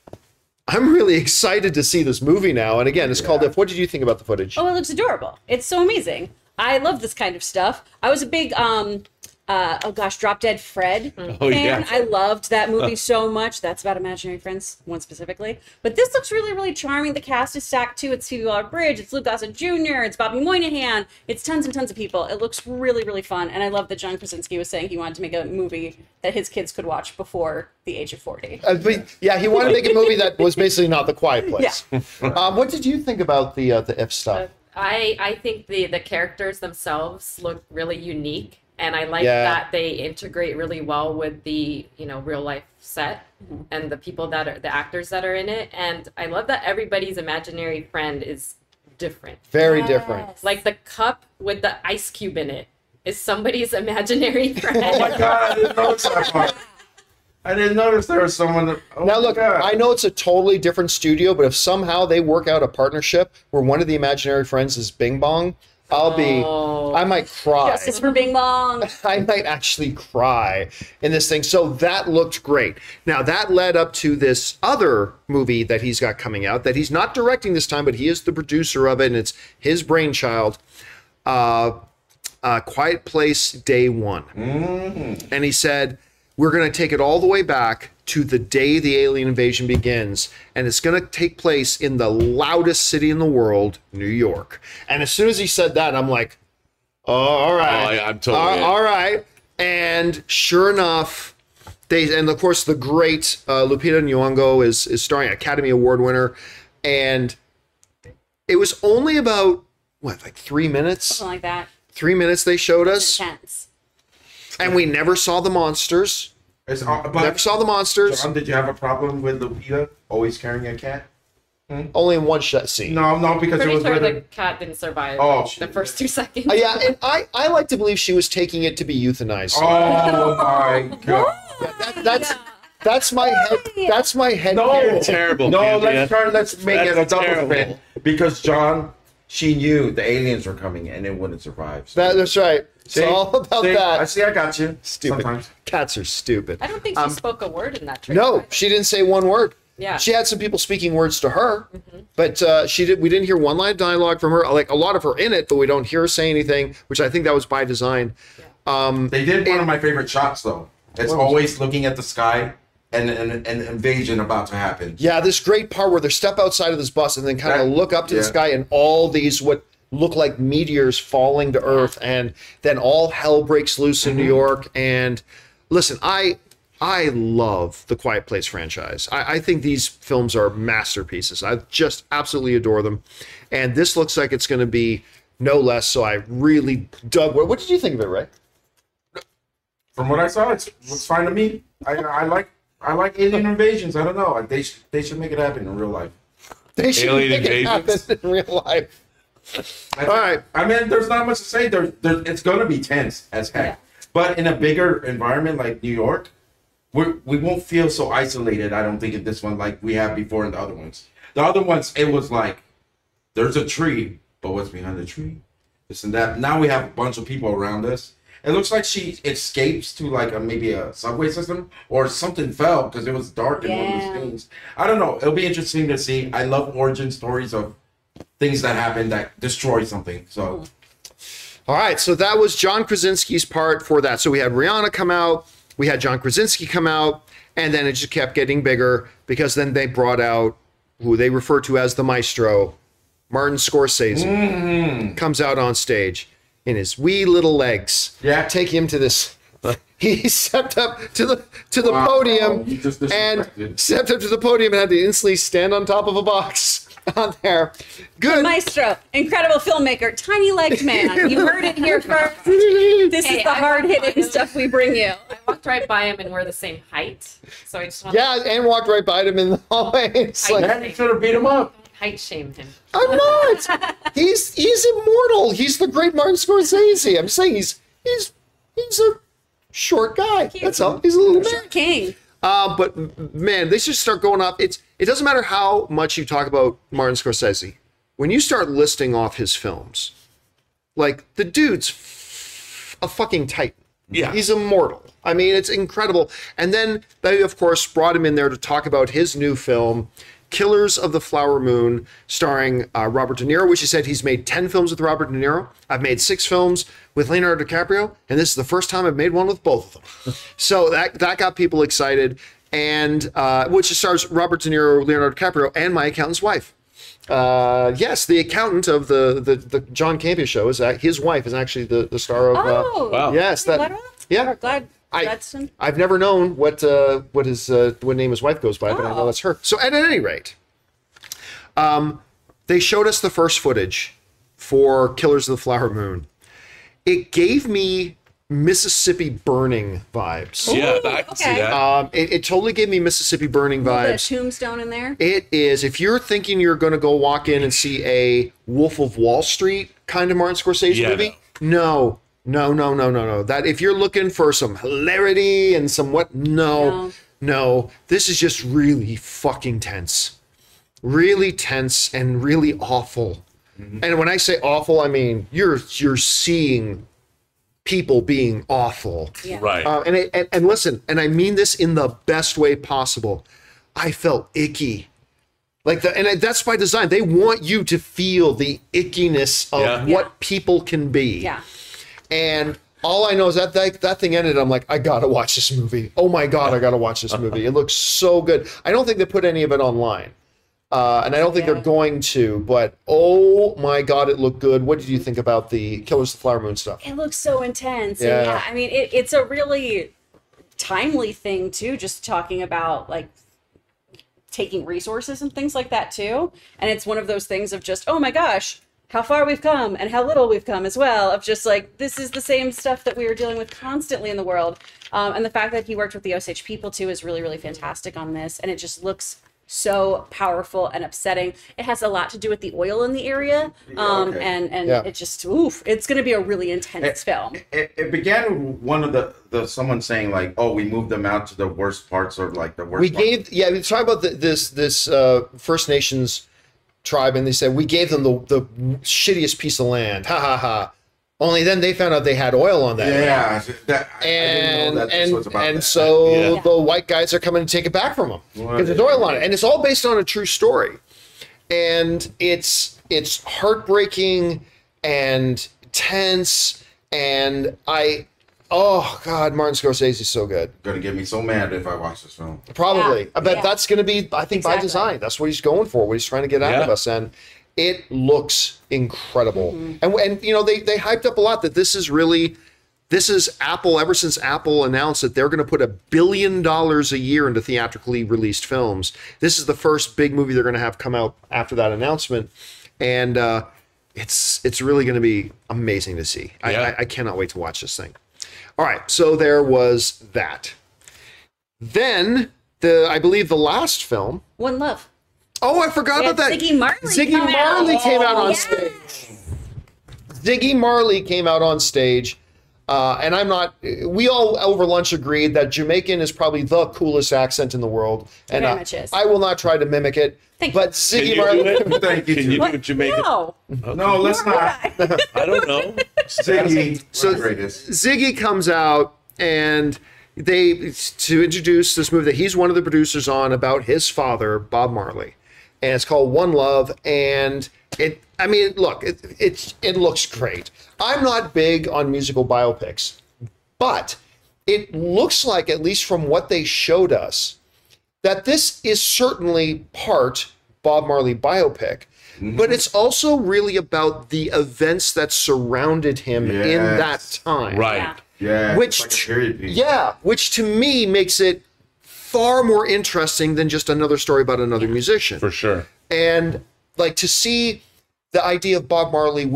A: I'm really excited to see this movie now. And again, it's called If. What did you think about the footage?
D: Oh, it looks adorable. It's so amazing. I love this kind of stuff. I was a big um uh oh gosh, Drop Dead Fred
E: Oh,
D: fan.
E: yeah.
D: I loved that movie so much. That's about imaginary friends, one specifically. But this looks really, really charming. The cast is stacked too. It's Phoebe Waller Bridge, it's Luke Gossett Jr., it's Bobby Moynihan, it's tons and tons of people. It looks really, really fun. And I love that John Krasinski was saying he wanted to make a movie that his kids could watch before the age of 40.
A: Uh, but yeah, he wanted to make a movie that was basically not The Quiet Place. um, what did you think about the uh, the If stuff?
C: I I think the the characters themselves look really unique, and I like
A: Yeah.
C: that they integrate really well with the you know real life set and the people that are the actors that are in it, and I love that everybody's imaginary friend is different.
A: Very different.
C: Like the cup with the ice cube in it is somebody's imaginary friend.
B: Oh my god, I didn't notice that part. I didn't notice there was someone. That, oh
A: Now
B: my
A: look,
B: God.
A: I know it's a totally different studio, but if somehow they work out a partnership where one of the imaginary friends is Bing Bong, I'll
C: Oh.
A: be, I might cry.
D: Justice for Bing Bong.
A: I might actually cry in this thing. So that looked great. Now that led up to this other movie that he's got coming out that he's not directing this time, but he is the producer of it, and it's his brainchild. Uh, uh, Quiet Place Day One,
E: Mm.
A: and he said we're going to take it all the way back to the day the alien invasion begins, and it's going to take place in the loudest city in the world, New York. And as soon as he said that, I'm like. Oh, all right. Uh,
E: Oh, I- I'm totally
A: All-
E: in.
A: all right. And sure enough, they and of course the great uh, Lupita Nyong'o is is starring Academy Award winner, and it was only about what like three minutes.
D: Something like that.
A: Three minutes they showed us,
D: Intense.
A: and we never saw the monsters.
B: it's all,
A: Never
B: but
A: saw the monsters.
B: John, did you have a problem with Lupita always carrying a cat?
A: Only in one shot scene.
B: No, no, because it
C: Pretty
B: was
C: sure
B: with
C: the
B: a-
C: cat didn't survive
B: Oh,
C: the
B: shoot.
C: first two seconds.
A: Uh, yeah, and I I like to believe she was taking it to be euthanized.
B: Oh my god!
A: That- that's that's my head. That's my head.
B: No,
A: canon.
E: Terrible,
B: No,
E: Cynthia.
B: let's turn. Let's make it a
E: That's
B: double
E: terrible.
B: spin because John, she knew the aliens were coming and it wouldn't survive. So-
A: That, that's right. It's
B: See?
A: all about
B: See?
A: that.
B: I see. I got you.
A: Stupid.
B: Sometimes.
A: Cats are stupid.
C: I don't think
B: Um,
C: she spoke a word in that trailer.
A: No, she didn't say one word.
C: Yeah.
A: She had some people speaking words to her, but uh, she did. We didn't hear one line of dialogue from her. Like a lot of her in it, but we don't hear her say anything, which I think that was by design.
B: They did one of my favorite shots though. It's always looking at the sky and an an invasion about to happen.
A: Yeah, this great part where they step outside of this bus and then kind of
B: That-
A: look up to the
B: yeah.
A: sky and all these what look like meteors falling to Earth, and then all hell breaks loose in New York. And listen, I I love the Quiet Place franchise. I, I think these films are masterpieces. I just absolutely adore them. And this looks like it's going to be no less. So I really dug. What, what did you think of it, Ray?
B: From what I saw, it's, it's fine to me. I, I like I like alien invasions. I don't know. Like, They should, they should make it happen in real life.
A: They should
E: Alien
A: make it happen
E: invasions?
A: in real life.
B: I,
A: All right.
B: I mean, there's not much to say. There, there it's gonna be tense as heck. But in a bigger environment like New York, we we won't feel so isolated. I don't think in this one like we have before in the other ones. The other ones, it was like there's a tree, but what's behind the tree? This and that. Now we have a bunch of people around us. It looks like she escapes to like a, maybe a subway system or something fell because it was dark in one of
D: Yeah.
B: these things. I don't know. It'll be interesting to see. I love origin stories of things that happen that destroy something. So
A: All right, so that was John Krasinski's part for that. So we had Rihanna come out, we had John Krasinski come out, and then it just kept getting bigger because then they brought out who they refer to as the maestro, Martin Scorsese,
B: Mm-hmm.
A: comes out on stage in his wee little legs.
B: Yeah.
A: take him to this. He stepped up to the to the
B: Wow, you
A: podium
B: just
A: and
B: disrespected.
A: stepped up to the podium and had to instantly stand on top of a box on there. Good.
D: Maestro, incredible filmmaker, tiny legged man. You heard it here first. This
C: Hey,
D: is the
C: I-
D: hard hitting stuff we bring you.
C: I walked right by him and we're the same height, so I just want
A: Yeah, and walked right by him in the hallway. It's
C: I-
A: like,
B: man, you should have beat him up.
C: to height shame him.
A: I'm not. He's he's immortal. He's the great Martin Scorsese. I'm saying he's he's he's a short guy. That's all. He's a little man.
D: King.
A: Uh, but m- man, they should start going up. It's it doesn't matter how much you talk about Martin Scorsese. When you start listing off his films, like the dude's f- a fucking titan.
E: Yeah.
A: He's immortal. I mean, it's incredible. And then they, of course, brought him in there to talk about his new film, Killers of the Flower Moon, starring uh, Robert De Niro, which he said he's made 10 films with Robert De Niro. I've made six films with Leonardo DiCaprio, and this is the first time I've made one with both of them. so that, that got people excited, and uh, which stars Robert De Niro, Leonardo DiCaprio, and my accountant's wife. Uh, yes, the accountant of the, the, the John Campia show is that his wife is actually the, the star of. uh,
D: Oh,
E: Wow.
A: Yes, that.
D: Glad-
A: Yeah,
D: or Glad
A: I-
D: Gladson.
A: I've never known what uh, what his uh, what name his wife goes by, but I know
D: Oh.
A: that's her. So at any rate, um, they showed us the first footage for Killers of the Flower Moon. It gave me Mississippi Burning vibes.
E: yeah,
D: Ooh,
E: I can see
D: okay.
E: that.
A: Um, it, it totally gave me Mississippi Burning
D: Put a
A: vibes.
D: tombstone in there.
A: It is. If you're thinking you're going to go walk in and see a Wolf of Wall Street kind of Martin Scorsese
E: Yeah,
A: movie, no. no, no, no, no, no. That if you're looking for some hilarity and some what, no, no.
D: No.
A: This is just really fucking tense, really tense and really awful. And when I say awful, I mean you're you're seeing people being awful.
D: Yeah.
E: Right.
A: Uh, and, I, and and listen, and I mean this in the best way possible. I felt icky, like the, and I- that's by design. They want you to feel the ickiness of
E: Yeah.
A: what people can be.
D: Yeah.
A: And all I know is that, that that thing ended. I'm like, I gotta watch this movie. Oh my god, I gotta watch this movie. It looks so good. I don't think they put any of it online, uh, and I don't think
C: Yeah.
A: they're going to. But oh my god, it looked good. What did you think about the Killers of the Flower Moon stuff?
D: It looks so intense. and
A: Yeah.
D: Yeah. I mean, it, it's a really timely thing too. Just talking about like taking resources and things like that too. And it's one of those things of just, oh my gosh, how far we've come and how little we've come as well. Of just like this is the same stuff that we are dealing with constantly in the world. Um, and the fact that he worked with the Osage people too is really really fantastic on this. And it just looks so powerful and upsetting. It has a lot to do with the oil in the area. Um,
B: okay.
D: and and
A: Yeah.
D: it just oof, it's going to be a really intense film.
B: It, it began with one of the, the someone saying like, "Oh, we moved them out to the worst parts or like the worst."
A: we
B: parts.
A: gave yeah we talk about the, this this uh, first nations tribe and they said we gave them the, the shittiest piece of land ha ha ha only then they found out they had oil on that land.
B: Yeah, that, I- I didn't
A: and
B: know that this
A: and,
B: was about
A: and
B: that.
A: so
E: Yeah.
A: the white guys are coming to take it back from them because there's oil on it and it's all based on a true story and it's it's heartbreaking and tense and i oh god martin scorsese is so good
B: gonna get me so mad if I watch this film.
A: Probably.
D: Yeah.
A: I bet
D: Yeah.
A: that's going to be, I think, by
D: Exactly.
A: design. That's what he's going for, what he's trying to get out of
E: Yeah.
A: us. And it looks incredible.
D: Mm-hmm.
A: And, and, you know, they, they hyped up a lot that this is really, this is Apple, ever since Apple announced that they're going to put a billion dollars a year into theatrically released films. This is the first big movie they're going to have come out after that announcement. And, uh, it's it's really going to be amazing to see. I,
E: Yeah.
A: I, I cannot wait to watch this thing. All right, so there was that. Then the I believe the last film.
D: One love.
A: Oh, I forgot
D: Yeah,
A: about that.
D: Ziggy Marley
A: Ziggy
D: came out.
A: Marley came out on
D: Yes.
A: stage. Ziggy Marley came out on stage. Uh, and I'm not. We all over lunch agreed that Jamaican is probably the coolest accent in the world, and
D: Very
A: uh,
D: much is.
A: I will not try to mimic it.
D: Thank you.
A: but
E: Can
A: Ziggy
E: you do
A: Marley,
E: it?
B: Thank you.
E: Can you
B: What?
E: do a Jamaican?
D: No.
B: No, let's not.
E: I don't know.
B: Ziggy,
A: So-
B: so greatest.
A: Ziggy comes out and they to introduce this movie that he's one of the producers on about his father, Bob Marley, and it's called One Love. And it, I mean, look, it it's, it looks great. I'm not big on musical biopics, but it looks like, at least from what they showed us, that this is certainly part Bob Marley biopic, but it's also really about the events that surrounded him in
B: Yes.
A: that time.
E: Right.
D: Yeah.
B: Yeah,
A: Which-
B: it's like a period piece.
A: Yeah, which to me makes it far more interesting than just another story about another musician.
E: For sure.
A: And like to see the idea of Bob Marley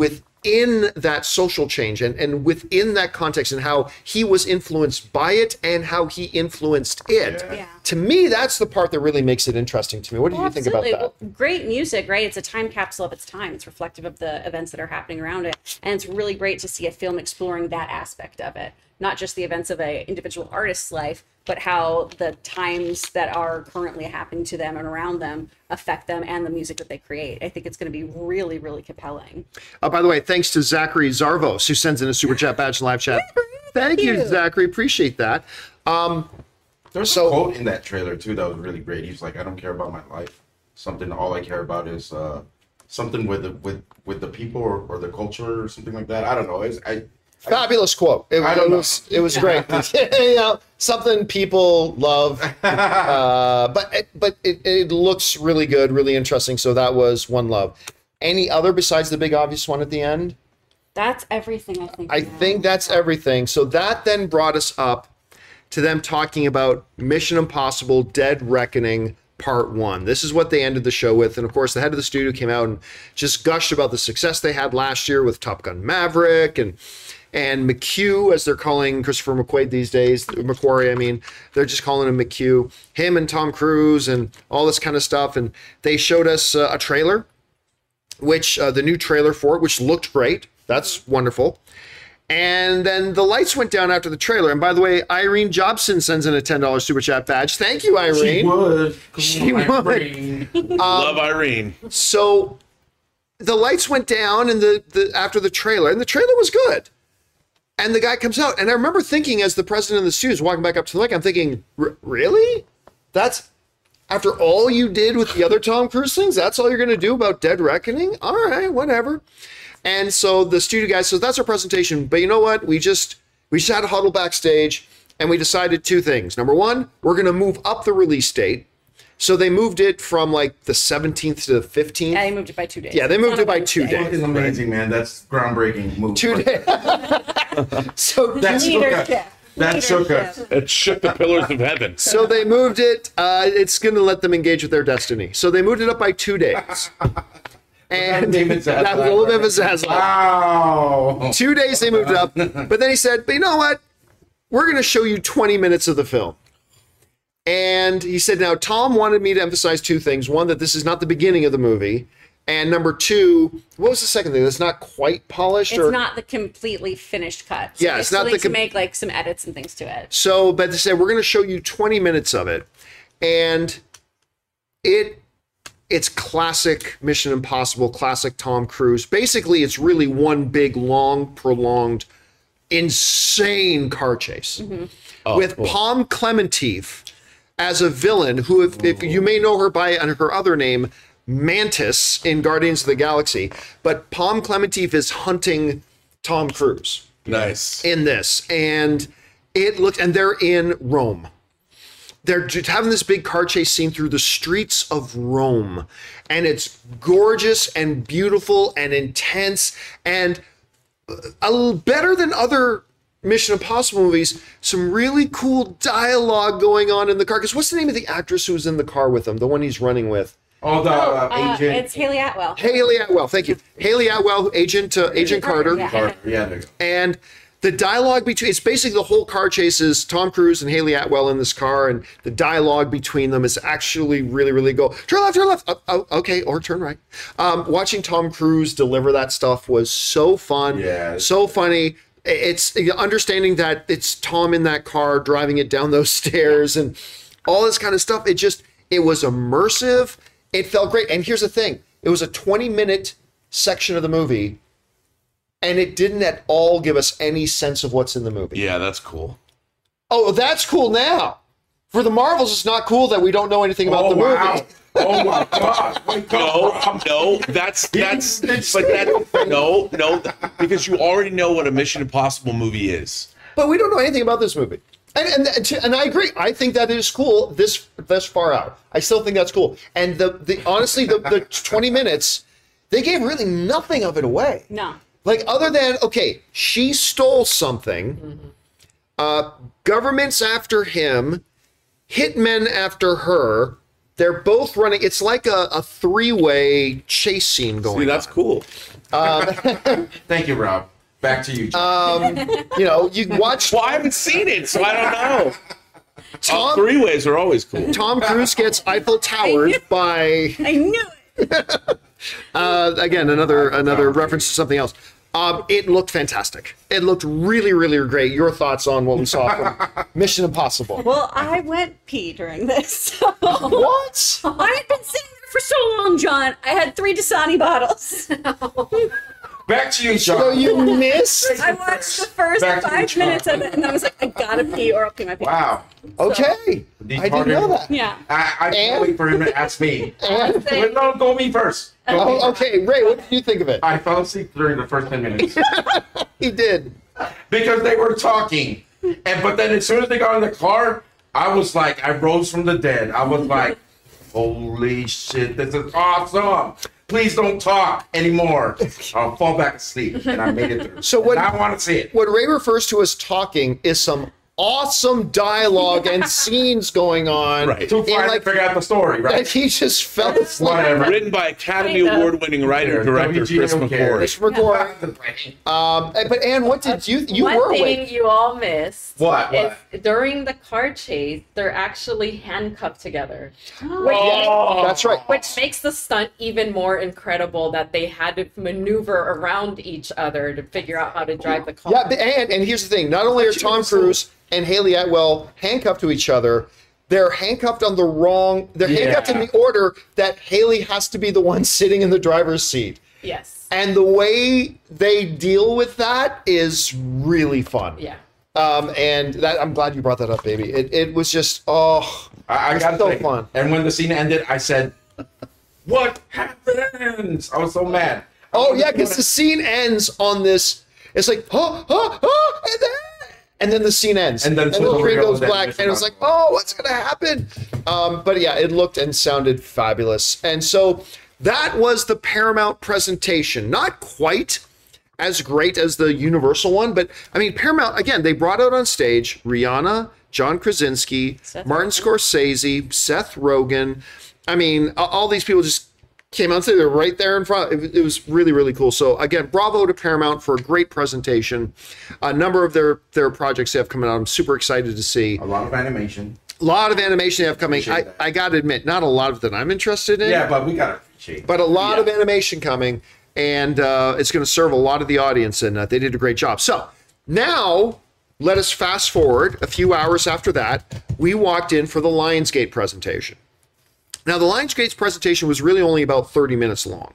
A: within that social change and, and within that context and how he was influenced by it and how he influenced it.
B: Yeah.
D: Yeah.
A: To me, that's the part that really makes it interesting to me. What do you think about
D: Absolutely.
A: that?
D: Well, great music, right? It's a time capsule of its time. It's reflective of the events that are happening around it, and it's really great to see a film exploring that aspect of it, not just the events of a individual artist's life, but how the times that are currently happening to them and around them affect them and the music that they create. I think it's going to be really, really compelling.
A: Oh, Uh, by the way, thanks to Zachary Zarvos, who sends in a super chat badge in live chat. Thank you,
D: Cute.
A: Zachary. Appreciate that. Um,
B: There's
A: So-
B: a quote in that trailer too that was really great. He's like, "I don't care about my life. Something all I care about is uh, something with the, with with the people or, or the culture or something like that." I don't know. It's, I
A: fabulous quote. It,
B: I don't
A: it
B: know.
A: was it was great. You know, something people love. Uh, but it, but it, it looks really good, really interesting. So that was one love. Any other besides the big obvious one at the end?
F: That's everything I think.
A: I
F: now.
A: think that's everything. So that then brought us up to them talking about Mission Impossible Dead Reckoning Part 1. This is what they ended the show with. And of course, the head of the studio came out and just gushed about the success they had last year with Top Gun Maverick and and McHugh, as they're calling Christopher McQuaid these days, McQuarrie, I mean, they're just calling him McHugh, him and Tom Cruise and all this kind of stuff. And they showed us uh, a trailer, which uh, the new trailer for it, which looked great. That's wonderful. And then the lights went down after the trailer. And by the way, Irene Jobson sends in a ten dollars super chat badge. Thank you,
B: she
A: Irene.
B: would.
A: She would.
B: Irene.
E: Love Irene.
A: So the lights went down, and the, the after the trailer, and the trailer was good. And the guy comes out, and I remember thinking as the president of the studio is walking back up to the mic, I'm thinking, "R- really? That's after all you did with the other Tom Cruise things. That's all you're going to do about Dead Reckoning? All right, whatever. And so the studio guy says, "That's our presentation." But you know what? We just we just had a huddle backstage, and we decided two things. Number one, we're going to move up the release date. So they moved it from like the 17th to the 15th.
D: I moved it by two days.
A: Yeah, they moved it by two
B: Fucking
A: days.
B: amazing, man. That's groundbreaking move.
A: Two days. so
B: That shook us.
D: Leadership.
B: That shook us.
E: It shook the pillars of heaven.
A: so they moved it. Uh, it's going to let them engage with their destiny. So they moved it up by two days. And
B: David Zaslav.
A: that was a little bit of a zazzle.
B: Ah. Wow.
A: Two days they moved it up. But then he said, but you know what? We're going to show you 20 minutes of the film. And he said, now, Tom wanted me to emphasize two things. One, that this is not the beginning of the movie. And number two, what was the second thing? That's not quite polished
D: It's
A: or
D: not the completely finished cut. So
A: Yeah,
D: they
A: it's
D: still
A: not
D: need
A: the
D: to
A: com-
D: make like some edits and things to it.
A: So, but they said we're going to show you 20 minutes of it, and it it's classic Mission Impossible, classic Tom Cruise. Basically, it's really one big, long, prolonged, insane car chase with Palm Clementif as a villain who, if, if you may know her by uh, her other name, Mantis in Guardians of the Galaxy, but Palm Clementif is hunting Tom Cruise
E: Nice.
A: in this, and it looked, and they're in Rome. They're just having this big car chase scene through the streets of Rome, and it's gorgeous and beautiful and intense and uh, a little better than other Mission Impossible movies. Some really cool dialogue going on in the car. Because what's the name of the actress who was in the car with him? The one he's running with.
B: All the uh,
D: Uh,
B: agent.
D: it's Haley Atwell.
A: Haley Atwell. Thank you, Haley Atwell, agent uh, Agent Carter.
D: Yeah.
B: Carter. Yeah, there you go.
A: and the dialogue between it's basically the whole car chase is Tom Cruise and Haley Atwell in this car, and the dialogue between them is actually really, really cool. Turn left, turn left. Oh, oh, okay, or turn right. Um, watching Tom Cruise deliver that stuff was so fun,
B: Yeah.
A: so funny. I- It's understanding that it's Tom in that car driving it down those stairs and all this kind of stuff. It just it was immersive. It felt great. And here's the thing: it was a 20 minute section of the movie and it didn't at all give us any sense of what's in the movie.
E: Yeah, that's cool.
A: Oh, that's cool now. For the Marvels, it's not cool that we don't know anything about
B: Oh,
A: the
B: wow.
A: movie.
B: Oh, my God. My
E: No,
B: God.
E: no, that's that's but that no, no, because you already know what a Mission Impossible movie is.
A: But we don't know anything about this movie. And, and and to- and I agree. I think that is cool this this far out. I still think that's cool. And the the honestly the, the 20 minutes they gave really nothing of it away.
D: No.
A: Like other than okay, she stole something. Uh, governments after him, hitmen after her. They're both running. It's like a, a three-way chase scene going.
E: See, that's cool.
B: Thank you, Rob. Back to you. Jim.
A: on. You know, you watch
E: Well, I haven't seen it, so I don't know.
A: Tom.
E: Three ways are always cool.
A: Tom Cruise gets Eiffel Towered by
D: I knew it.
A: uh, again another another reference to something else. Um, it looked fantastic. It looked really, really great. Your thoughts on what we saw from Mission Impossible?
D: Well, I went pee during this. So.
A: What?
D: I had been sitting there for so long, John. I had three Dasani bottles.
B: Back to you, Sean.
A: Uh, So you missed.
D: I watched the first
B: Back to
D: five
B: the
D: minutes
B: chart.
D: of it, and I was like, I gotta pee or I'll pee my pants.
B: Wow.
A: Okay,
B: The
A: I didn't
B: target-
A: know that.
D: Yeah.
B: I, I can't
A: And-
B: wait for him to ask me.
A: And-
B: Wait, no, go me first. Go me.
A: oh, okay, Ray, what did you think of it?
B: I fell asleep during the first 10 minutes
A: He did.
B: because they were talking. And but then as soon as they got in the car, I was like, I rose from the dead. I was like, holy shit, this is awesome. Please don't talk anymore. I'll fall back asleep. And I made it through.
A: So what-
B: And I want to see it.
A: What Ray refers to as talking is some awesome dialogue and scenes going on.
E: Right.
B: Too
A: in,
B: far
A: like-
B: to figure out the story,
A: And
B: right?
A: he just fell asleep.
B: Whatever.
E: Written by Academy
C: Kinda.
E: Award winning writer and director
B: WGO
E: Chris
A: Mr.
E: McCord.
B: cares.
A: McGuire. Um, but Anne, what did you you
C: One
A: were
C: thing
A: awake?
C: you all missed
B: What?
C: is
B: What?
C: during the car chase, they're actually handcuffed together, which,
B: Oh.
A: That's right.
C: which makes the stunt even more incredible that they had to maneuver around each other to figure out how to drive the car.
A: Yeah, but, and and here's the thing: not only are Tom Cruise and Haley Atwell handcuffed to each other, they're handcuffed on the wrong. They're handcuffed in
B: Yeah.
A: the order that Haley has to be the one sitting in the driver's seat.
C: yes.
A: And the way they deal with that is really fun.
C: Yeah.
A: Um, and that I'm glad you brought that up, baby. It, it was just oh,
B: I, I
A: It's
B: got
A: so
B: so
A: fun.
B: fun. And when the scene ended, I said, "What happens?" I was so mad. I
A: oh
B: wanted
A: yeah,
B: to-
A: because the scene ends on this. It's like oh oh oh, and then and then the scene ends,
B: And then
A: the
B: Total
A: screen
B: Reveal,
A: goes
B: then
A: black,
B: Mission
A: and it's like
B: Impossible.
A: oh, what's gonna happen? Um, but yeah, it looked and sounded fabulous, and so that was the Paramount presentation. Not quite as great as the Universal one, but I mean Paramount again. They brought out on stage Rihanna, John Krasinski,
C: Seth
A: Martin Scorsese, Seth Rogen. I mean, a- all these people just came out. They were right there in front. It, it was really, really cool. So again, bravo to Paramount for a great presentation. A number of their their projects they have coming out. I'm super excited to see.
B: a lot of animation.
A: A lot of animation they have coming.
B: Appreciate
A: I,
B: that.
A: I gotta admit, not a lot of that I'm interested in.
B: Yeah, but we gotta appreciate.
A: but a lot of animation coming, and uh, it's going to serve a lot of the audience, and uh, they did a great job. So now, let us fast forward a few hours after that. We walked in for the Lionsgate presentation. Now, the Lionsgate's presentation was really only about 30 minutes long.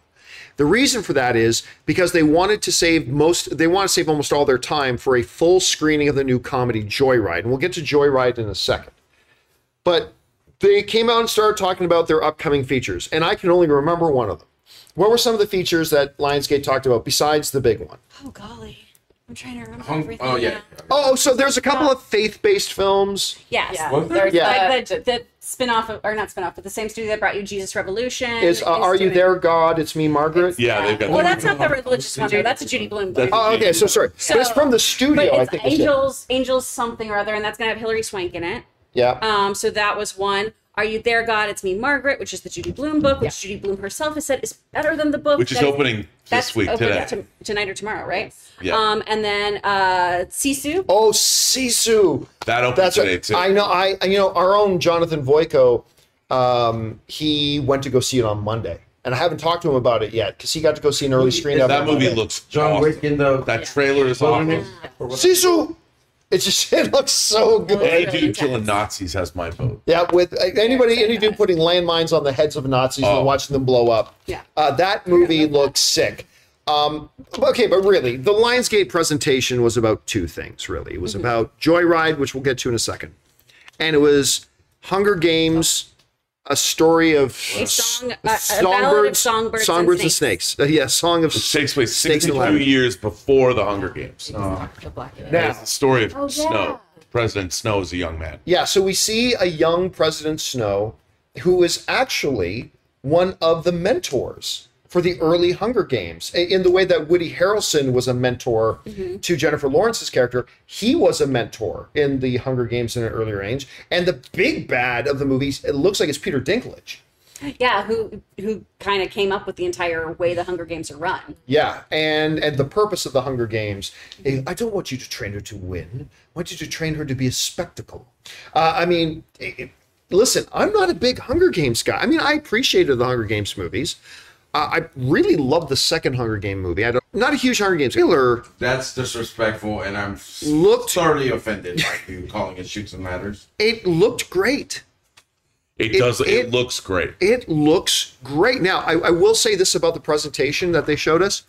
A: The reason for that is because they wanted to save most, they want to save almost all their time for a full screening of the new comedy Joyride. And we'll get to Joyride in a second but they came out and started talking about their upcoming features, and I can only remember one of them. What were some of the features that Lionsgate talked about besides the big one?
F: Oh golly, I'm trying to remember
B: Hung-
F: everything.
B: oh yeah.
F: now.
A: Oh, so there's a couple of faith-based films.
F: Yes.
C: Yeah.
B: What?
C: There's
A: Yeah.
C: the-
F: Like the, the spin-off of, or not spin-off, but the same studio that brought you Jesus Revolution.
A: Is uh, Are You
F: doing-
A: There, God? It's Me, Margaret.
E: Yeah, they've
F: Well,
E: got
F: that's not the religious one. though. That's a Judy Blume.
E: That's-
A: Oh, okay. So sorry,
F: So-
A: but it's from the studio.
F: But
A: I
F: it's
A: think. is it.
F: Angels, Angels something or other, and that's gonna have Hillary Swank in it.
A: Yeah.
F: Um, so that was one. Are You There, God? It's Me, Margaret, which is the Judy Blume book, which Judy Blume herself has said is better than the book.
E: which is
F: that
E: opening this
F: that's
E: week
F: opening
E: today.
F: to- tonight or tomorrow, right?
E: Yeah.
F: Um, and then uh, Sisu.
A: oh, Sisu.
E: That opens
A: That's
E: today
A: right.
E: too.
A: I know. I you know our own Jonathan Voico. Um, he went to go see it on Monday, and I haven't talked to him about it yet because he got to go see an early screen. of it
E: That
A: on
E: movie
A: Monday.
E: looks
B: John
E: awesome.
B: Wick in the
E: That trailer is awesome.
A: Sisu. It just it looks so
E: Any
A: good.
E: dude killing Nazis has my vote.
A: Yeah, with uh, anybody, any dude putting landmines on the heads of Nazis
E: Oh.
A: and watching them blow up.
F: Yeah.
A: uh, that movie looks sick. Um, okay, but really, the Lionsgate presentation was about two things. Really,
F: Mm-hmm.
A: it was about Joyride, which we'll get to in a second, and it was Hunger Games, a story of
F: A song- a- a ballad of songbirds and
A: and
F: snakes.
A: snakes. Uh, yeah, song of
E: Which takes place
A: Snakes and
E: 62
A: Ladders.
E: years before the Hunger Games.
C: the black and
E: It's the story
F: Oh,
E: of Snow. President Snow is a young man.
A: Yeah, so we see a young President Snow who is actually one of the mentors for the early Hunger Games. I- In the way that Woody Harrelson was a mentor to Jennifer Lawrence's character, he was a mentor in the Hunger Games in an earlier age. And the big bad of the movies, it looks like it's Peter Dinklage.
F: Yeah, who who kind of came up with the entire way the Hunger Games are run.
A: Yeah, and and the purpose of the Hunger Games, eh, I don't want you to train her to win. I want you to train her to be a spectacle. Uh, I mean, eh, eh, listen, I'm not a big Hunger Games guy. I mean, I appreciated the Hunger Games movies. Uh, I really love the second Hunger Game movie. I don't, not a huge Hunger Games killer.
B: That's disrespectful, and I'm s-
A: Looked-
B: thoroughly offended by you calling it shoots and ladders.
A: It looked great.
E: It, does. It,
A: it-
E: looks great.
A: It looks great. Now, I, I will say this about the presentation that they showed us.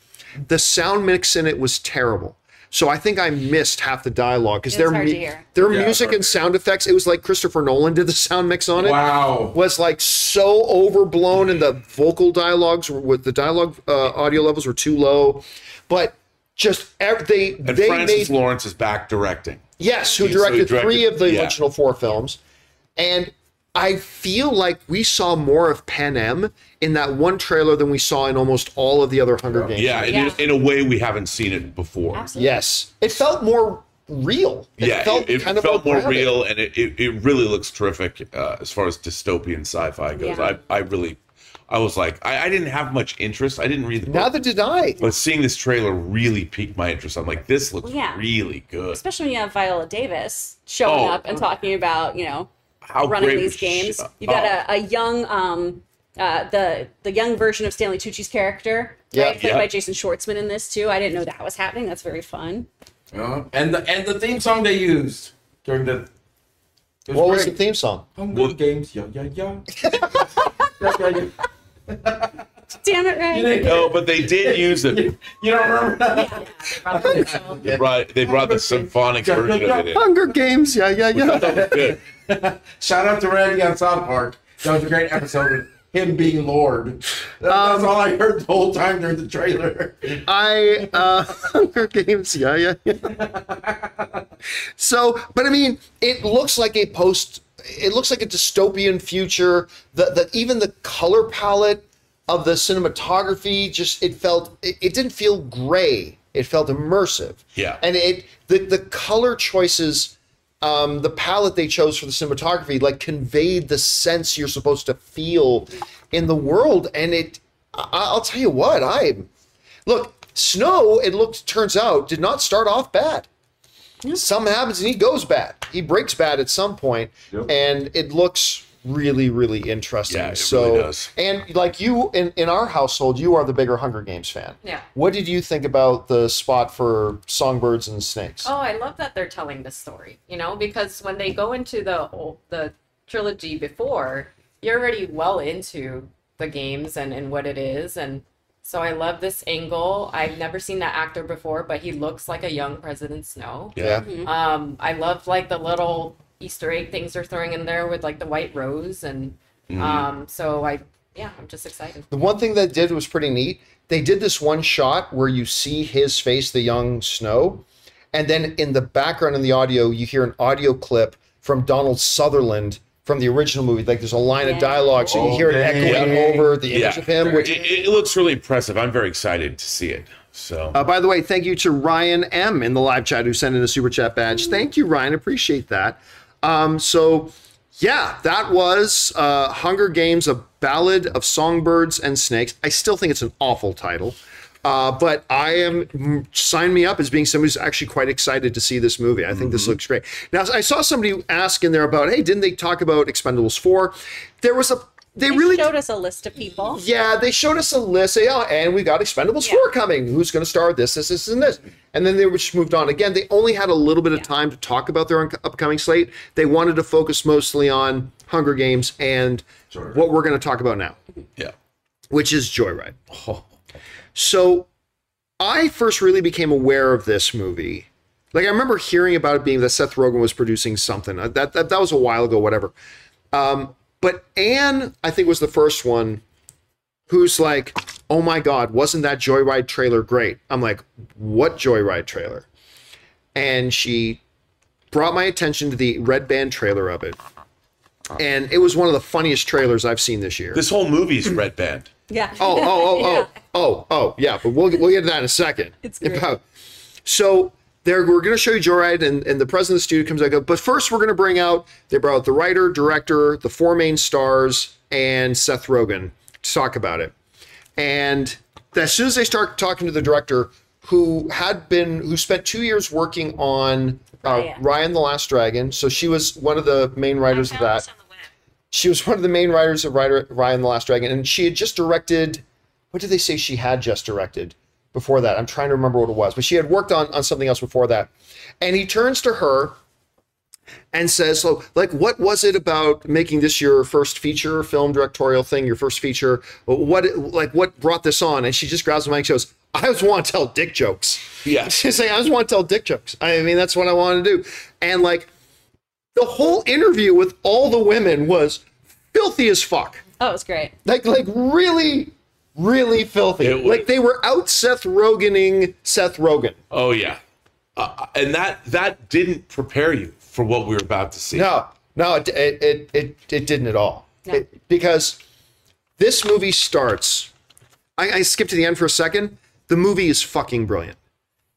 A: The sound mix in it was terrible. So I think I missed half the dialogue because their
F: hard
A: mu-
F: to hear.
A: their
B: Yeah, it's
A: music
B: hard
A: and
B: to hear.
A: sound effects. It was like Christopher Nolan did the sound mix on it.
B: Wow.
A: Was like so overblown, and the vocal dialogues were, with the dialogue uh, audio levels were too low. But just ev- they
E: And
A: they
E: Francis
A: made
E: Lawrence is back directing.
A: Yes, who
E: Yeah, so he
A: directed, three
E: directed-
A: of the
E: yeah.
A: original four films. And I feel like we saw more of Pan Am in that one trailer than we saw in almost all of the other Hunger Games.
E: Yeah, and
F: Yeah.
E: In, in a way we haven't seen it before.
F: Absolutely.
A: Yes. It felt more real. It
E: yeah,
A: felt
E: it, it
A: kind of
E: felt more
A: organic.
E: real, and it, it, it really looks terrific uh, as far as dystopian sci-fi goes.
F: Yeah.
E: I I really, I was like, I, I didn't have much interest. I didn't read the book,
A: Neither did I.
E: but seeing this trailer really piqued my interest. I'm like, this looks
F: Well, yeah.
E: really good.
F: Especially when you have Viola Davis showing
E: Oh.
F: up and talking about, you know,
E: How
F: running
E: great
F: these
E: was
F: games.
E: she-
F: You got
E: oh.
F: a, a young, um, uh, the the young version of Stanley Tucci's character,
A: Yeah.
F: right? Played
E: Yeah.
F: by Jason Schwartzman in this too. I didn't know that was happening. That's very fun.
B: Yeah. And the and the theme song they used during the. it
A: What was the
B: great.
A: theme song?
B: Hunger
E: Well-
B: Games. Yeah, yeah, yeah. yeah, yeah, yeah.
F: Damn it,
B: You,
F: right?
B: didn't-
E: No, but they did use it.
B: you- you don't remember that?
E: They brought, they brought the symphonic version of it in.
A: Hunger Games. Yeah, yeah, yeah.
E: That was good.
B: Shout out to Randy on South Park. That was a great episode with him being Lord. That- That's all I heard the whole time during the trailer.
A: I uh Hunger Games, yeah, yeah, yeah. So, but I mean, it looks like a post it looks like a dystopian future. The the even the color palette of the cinematography just it felt it, it didn't feel gray. It felt immersive.
E: Yeah.
A: And it the the color choices um, the palette they chose for the cinematography like conveyed the sense you're supposed to feel in the world and it I, i'll tell you what i look snow it looked turns out did not start off bad something happens and he goes bad he breaks bad at some point
B: Yep.
A: and it looks really really interesting
E: Yeah, it
A: so
E: really does.
A: and like you in, in our household you are the bigger hunger games fan
C: Yeah.
A: what did you think about the spot for songbirds and snakes
C: Oh, I love that they're telling this story, you know, because when they go into the oh, the trilogy before, you're already well into the games and, and what it is. And so I love this angle. I've never seen that actor before, but he looks like a young President Snow.
E: Yeah.
C: Um, I love like the little Easter egg things they're throwing in there with like the white rose. And um, so I, yeah, I'm just excited.
A: The one thing that did was pretty neat. They did this one shot where you see his face, the young Snow, and then in the background in the audio, you hear an audio clip from Donald Sutherland from the original movie. Like there's a line of dialogue, so you hear it
B: Okay.
A: echoing
B: Yeah.
A: over the image
E: Yeah.
A: of him. Which,
E: It, it looks really impressive. I'm very excited to see it. So
A: Uh, by the way, thank you to Ryan M in the live chat who sent in a super chat badge. Thank you, Ryan. Appreciate that. Um, so, yeah, that was uh, Hunger Games: A Ballad of Songbirds and Snakes. I still think it's an awful title, uh, but I am mm, sign me up as being somebody who's actually quite excited to see this movie. I think this looks great. Now, I saw somebody ask in there about, hey, didn't they talk about Expendables Four? There was a they,
F: They
A: really
F: showed us a list of people.
A: yeah, they showed us a list. Say, oh, and we got Expendables 4 coming. Who's going to star this, this, this, and this? And then they were just moved on. Again, they only had a little bit of time to talk about their unc- upcoming slate. They wanted to focus mostly on Hunger Games and
B: Sure.
A: what we're going to talk about now,
E: yeah.
A: which is Joyride. So I first really became aware of this movie. Like I remember hearing about it being that Seth Rogen was producing something. Uh, That that, that was a while ago, whatever. Um, but Anne, I think, was the first one who's like, "Oh my God, wasn't that Joyride trailer great?" I'm like, "What Joyride trailer?" And she brought my attention to the red band trailer of it, and it was one of the funniest trailers I've seen this year.
E: This whole movie's Red Band.
F: Yeah.
A: Oh, oh, oh, oh, oh, oh, yeah. But we'll we'll get to that in a second. It's
F: great.
A: so there, we're going to show you Joyride, and, and the president of the studio comes out. and goes, But first, we're going to bring out they brought out the writer, director, the four main stars, and Seth Rogen to talk about it. And as soon as they start talking to the director, who had been who spent two years working on uh,
F: Raya.
A: Ryan the Last Dragon, so she was one of the main writers of that she was one of the main writers of Rider, Ryan the Last Dragon, and she had just directed. What did they say she had just directed before that? I'm trying to remember what it was, but she had worked on, on something else before that. And he turns to her and says, "So, like, what was it about making this your first feature film directorial thing? Your first feature? What, like, what brought this on?" And she just grabs the mic, and she goes, I just want to tell dick jokes.
E: Yeah.
A: It's just like, I just want to tell dick jokes. I mean, that's what I want to do. And like, the whole interview with all the women was filthy as fuck.
F: Oh, it was great.
A: Like, like really, really filthy.
E: It was-
A: Like they were out Seth Rogening Seth Rogen.
E: Oh yeah, uh, and that that didn't prepare you for what we were about to see.
A: No, no, it it it, it, it didn't at all. It- because this movie starts. I, I skipped to the end for a second. The movie is fucking brilliant.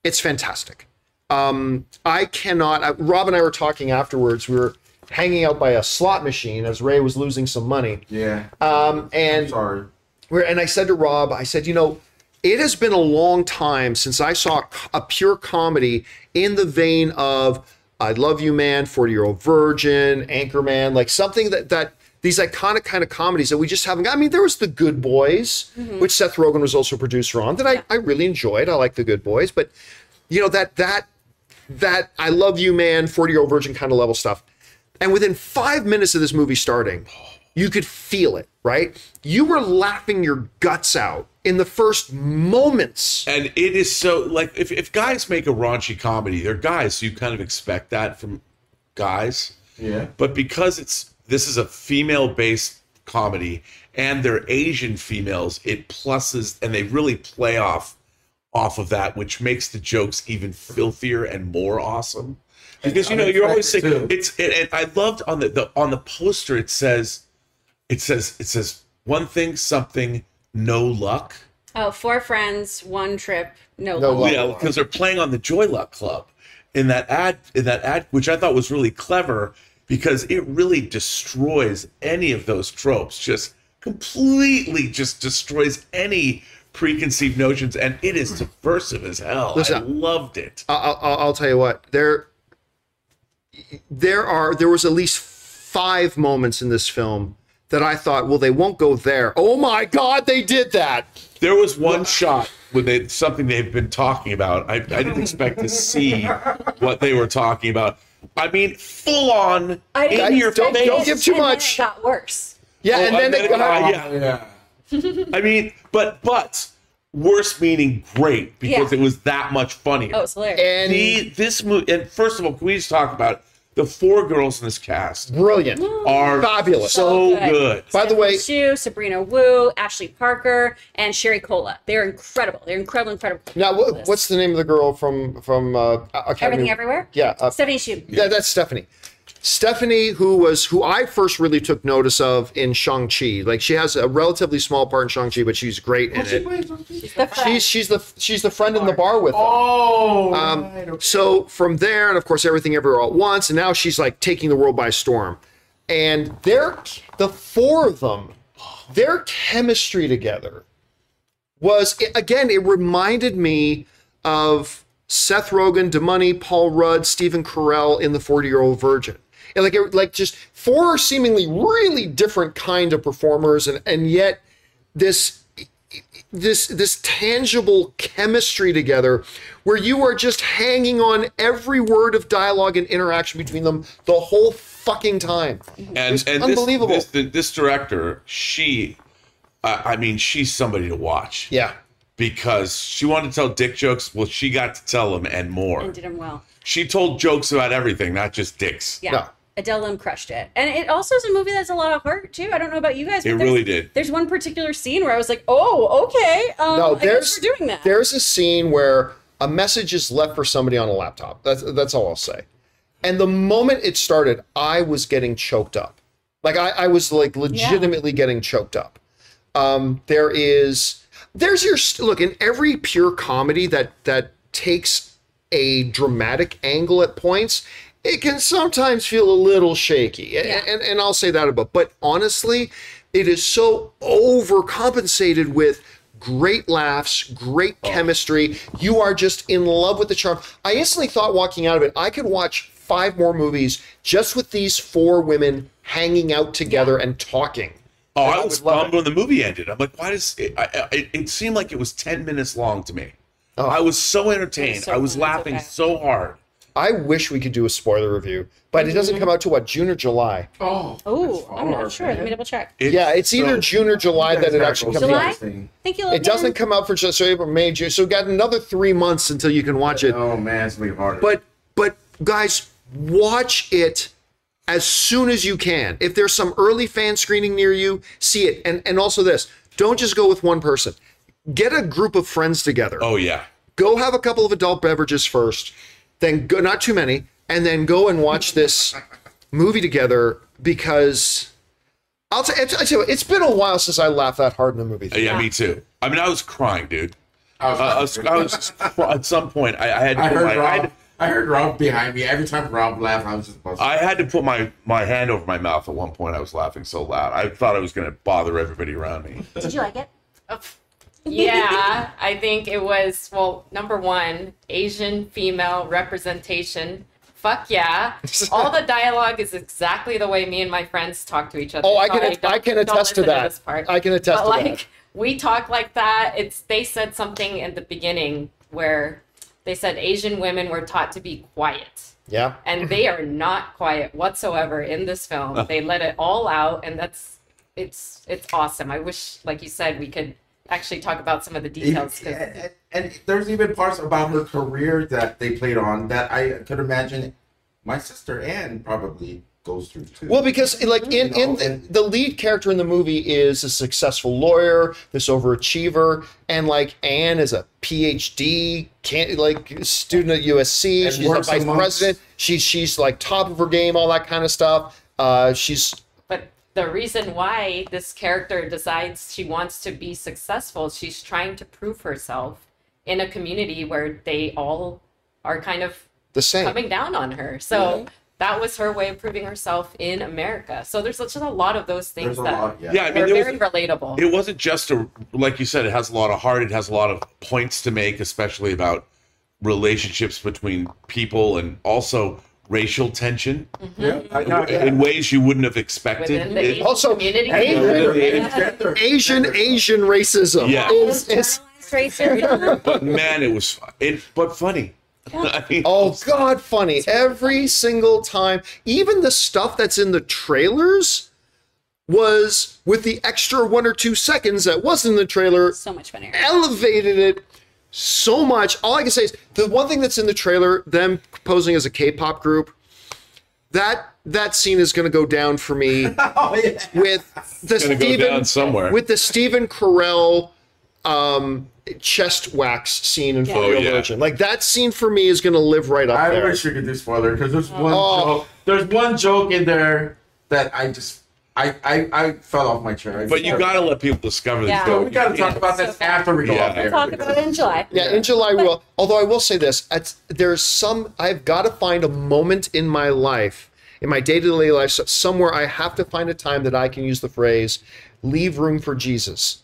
A: It's fantastic. Um, I cannot. I, Rob and I were talking afterwards. We were hanging out by a slot machine as Ray was losing some money.
B: Yeah.
A: Um, and
B: Sorry.
A: where and I said to Rob, I said, you know, it has been a long time since I saw a pure comedy in the vein of I Love You Man, 40 Year Old Virgin, Anchorman, like something that that these iconic kind of comedies that we just haven't got. I mean, there was The Good Boys, which Seth Rogen was also a producer on, that I, I really enjoyed. I like The Good Boys, but you know, that that that I love you, man, 40 year old virgin kind of level stuff. And within five minutes of this movie starting, you could feel it, right? You were laughing your guts out in the first moments.
E: And it is so like if, if guys make a raunchy comedy, they're guys, so you kind of expect that from guys.
B: Yeah.
E: But because it's this is a female based comedy and they're Asian females, it pluses and they really play off off of that, which makes the jokes even filthier and more awesome. Because you know you're always saying
B: Unexpected, too.
E: it's it, and I loved on the, the on the poster it says it says it says one thing something no luck.
F: Oh, four friends, one trip, no.
A: No
F: luck.
A: luck.
E: Yeah, because they're playing on the Joy Luck Club in that ad in that ad, which I thought was really clever because it really destroys any of those tropes. Just completely just destroys any preconceived notions, and it is subversive as hell. I
A: Listen.
E: loved it.
A: I- I- I'll, I'll tell you what, there, there are there was at least five moments in this film that I thought, well, they won't go there. Oh my God, they did that.
E: There was one shot when they something they've been talking about. I, I didn't expect to see what they were talking about. I I mean, full on
D: I didn't
E: in your
A: don't-
E: face.
A: don't give too
D: And then it
A: much.
D: got worse.
A: Yeah, and
E: I
A: then they
E: bet it-
A: got
E: uh,
B: Oh,
E: yeah.
B: yeah.
E: I mean, but but worse meaning great because
F: Yeah.
E: it was that much funnier.
F: Oh, it's hilarious.
A: and
E: the, this movie, and first of all, can we just talk about the four girls in this cast
A: brilliant.
E: are
A: Fabulous.
E: so
F: So
E: good.
F: good.
A: By the way,
F: Oh, Shu, Sabrina Wu, Ashley Parker, and Sherry Cola. They're incredible. They're incredible, incredible.
A: now what, what's the name of the girl from from uh, Academy?
F: Everything Everywhere?
A: Yeah, uh,
F: Stephanie Shu.
A: Yeah, that's Stephanie. Stephanie, who was who I first really took notice of in Shang Chi. Like she has a relatively small part in Shang Chi, but she's great in it. She's she's the she's the friend in the bar with them.
B: Oh.
A: Um,
B: right, okay.
A: So from there, and of course, everything everywhere all at once, and now she's like taking the world by storm. And their the four of them, their chemistry together was it- again. It reminded me of Seth Rogen, DeMoney, Paul Rudd, Stephen Carell in The Forty Year Old Virgin. And like it, like just four seemingly really different kind of performers, and and yet this this this tangible chemistry together where you are just hanging on every word of dialogue and interaction between them the whole fucking time.
F: Mm-hmm.
E: and and this-
A: unbelievable.
E: This, this, director, she, I I mean, she's somebody to watch.
A: Yeah.
E: Because she wanted to tell dick jokes, well, she got to tell them and more.
F: And did them well.
E: She told jokes about everything, not just dicks.
F: Yeah.
A: No.
F: Adele Lim crushed it. And it also is a movie that's a lot of heart, too. I don't know about you guys. but
E: It
F: there's-
E: really did.
F: There's one particular scene where I was like, oh, okay. Um,
A: No,
F: no,
A: there's
F: there's. we're doing that.
A: there's a scene where a message is left for somebody on a laptop. That's that's all I'll say. And the moment it started, I was getting choked up. Like I, I was like legitimately getting choked up. Um, there is there's your st- look in every pure comedy that that takes a dramatic angle at points. It can sometimes feel a little shaky, and, and and I'll say that about. But honestly, it is so overcompensated with great laughs, great chemistry. You are just in love with the charm. I instantly thought walking out of it, I could watch five more movies just with these four women hanging out together and talking.
E: Oh,
A: Like,
E: I
A: I
E: was
A: would love
E: bummed when the movie ended. I'm like, why does it, I, I, it? It seemed
A: Oh.
E: like it was ten minutes long to me. I was so entertained.
F: so
E: I was
F: long, it's
E: laughing
F: okay.
E: so hard.
A: I wish we could do a spoiler review, but it doesn't come out till what June or July.
B: Oh,
D: Oh, I'm not sure. Let me double check.
E: It-
A: yeah, it's either
E: so-
A: June or July that it actually comes
D: July?
A: out.
D: Thank you.
A: It doesn't come out for just April, May, June. So we've got another three months until you can watch it.
B: Oh man, it's gonna be harder.
A: But but guys, watch it as soon as you can. If there's some early fan screening near you, see it. And and also this, don't just go with one person. Get a group of friends together.
E: Oh yeah.
A: Go have a couple of adult beverages first, then go not too many, and then go and watch this movie together because I'll tell I tell you what, it's been a while since I laughed that hard in a movie.
E: yeah, me too. I mean, I was crying, dude.
B: I was,
E: Uh, I was, I was at some point. I, I had to
B: I
E: put
B: heard
E: my, I,
B: Rob.
E: had,
B: I heard Rob behind me. Every time Rob laughed, I was just busted.
E: I had to put my my hand over my mouth at one point. I was laughing so loud. I thought I was going to bother everybody around me.
D: Did you like it?
C: yeah, I think it was well, number one, Asian female representation. Fuck yeah. All the dialogue is exactly the way me and my friends talk to each other.
A: Oh, I
C: Sorry,
A: can
C: don't-
A: I can
C: don't
A: attest to
C: listen
A: that.
C: this part.
A: I can attest
C: but
A: to
C: like
A: that.
C: we talk like that it's they said something at the beginning where they said asian women were taught to be quiet
A: Yeah.
C: and they are not quiet whatsoever in this film they let it all out and that's it's it's awesome i wish like you said we could actually talk about some of the details 'cause-
B: and, and- and there's even parts about her career that they played on that I could imagine my sister Anne probably goes through too.
A: Well, because like in in the, the lead character in the movie is a successful lawyer, this overachiever, and like Anne is a PhD, can't like student at USC.
B: And
A: she's a
B: works
A: vice
B: amongst-
A: president. She's she's like top of her game, all that kind of stuff. Uh, she's
C: but the reason why this character decides she wants to be successful she's trying to prove herself in a community where they all are kind of
A: the same.
C: coming down on her. So that was her way of proving herself in America. So there's just a lot of those things
B: there's a
C: that
B: lot. Yeah.
E: Yeah, I
C: are
E: mean, there was,
C: very relatable.
E: it wasn't just a like you said it has a lot of heart it has a lot of points to make especially about relationships between people and also racial tension
B: yeah. I, no, Mm-hmm. yeah.
E: in ways you wouldn't have expected
C: Within the
E: It-
C: Asian
A: also,
C: community,
A: and
B: Yeah,
E: the-
B: yeah. Gender-
A: Asian
B: gender.
A: Asian racism
E: Yeah.
A: is, is
E: but man it was fu- it but funny I mean,
A: oh god funny every single time. Even the stuff that's in the trailers was with the extra one or two seconds that was in the trailer
D: So much funnier.
A: elevated it so much. All I can say is the one thing that's in the trailer, them posing as a K-pop group, that that scene is going to go down for me
B: Oh, yeah.
A: with the
E: gonna go
A: Stephen
E: down somewhere
A: with the Stephen Carell um, chest wax scene in Furio
E: Oh, yeah.
A: Virgin. Like that scene for me is going to live right up
B: I
A: there.
B: wish we could do spoiler because there's one
A: Oh.
B: joke. There's one joke in there that I just I I, I fell off my chair. I
E: but you
B: just-
E: gotta let people discover
D: Yeah.
E: that
B: So we gotta talk about this after we go
E: Yeah.
B: off air.
D: Talk about it in July.
A: Yeah, in July we will. Although I will say this, at, there's some I've got to find a moment in my life, in my day-to-day life, so- somewhere I have to find a time that I can use the phrase "leave room for Jesus."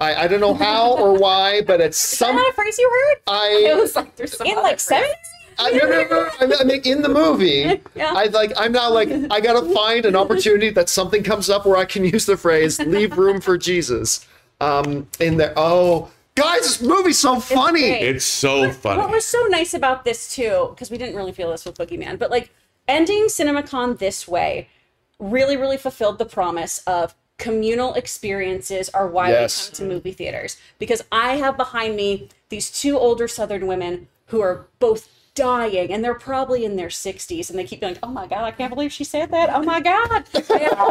A: I, I don't know how or why, but at some Uh,
D: Not a phrase you heard?
C: it
A: I,
C: was like there's some
D: In
C: other
D: like
C: friend.
D: seven?
A: I no, no, no, I mean- I mean, in the movie,
D: Yeah.
A: I like I'm not like I gotta find an opportunity that something comes up where I can use the phrase "leave room for Jesus." Um, in there, oh guys, this movie's so funny.
D: great.
E: it's so funny
D: What was so nice about this too, because we didn't really feel this with Boogeyman, but like ending CinemaCon this way really, really fulfilled the promise of communal experiences are why
A: Yes.
D: we come to movie theaters. Because I have behind me these two older Southern women who are both dying and they're probably in their 60s and they keep being like oh my god i can't believe she said that oh my god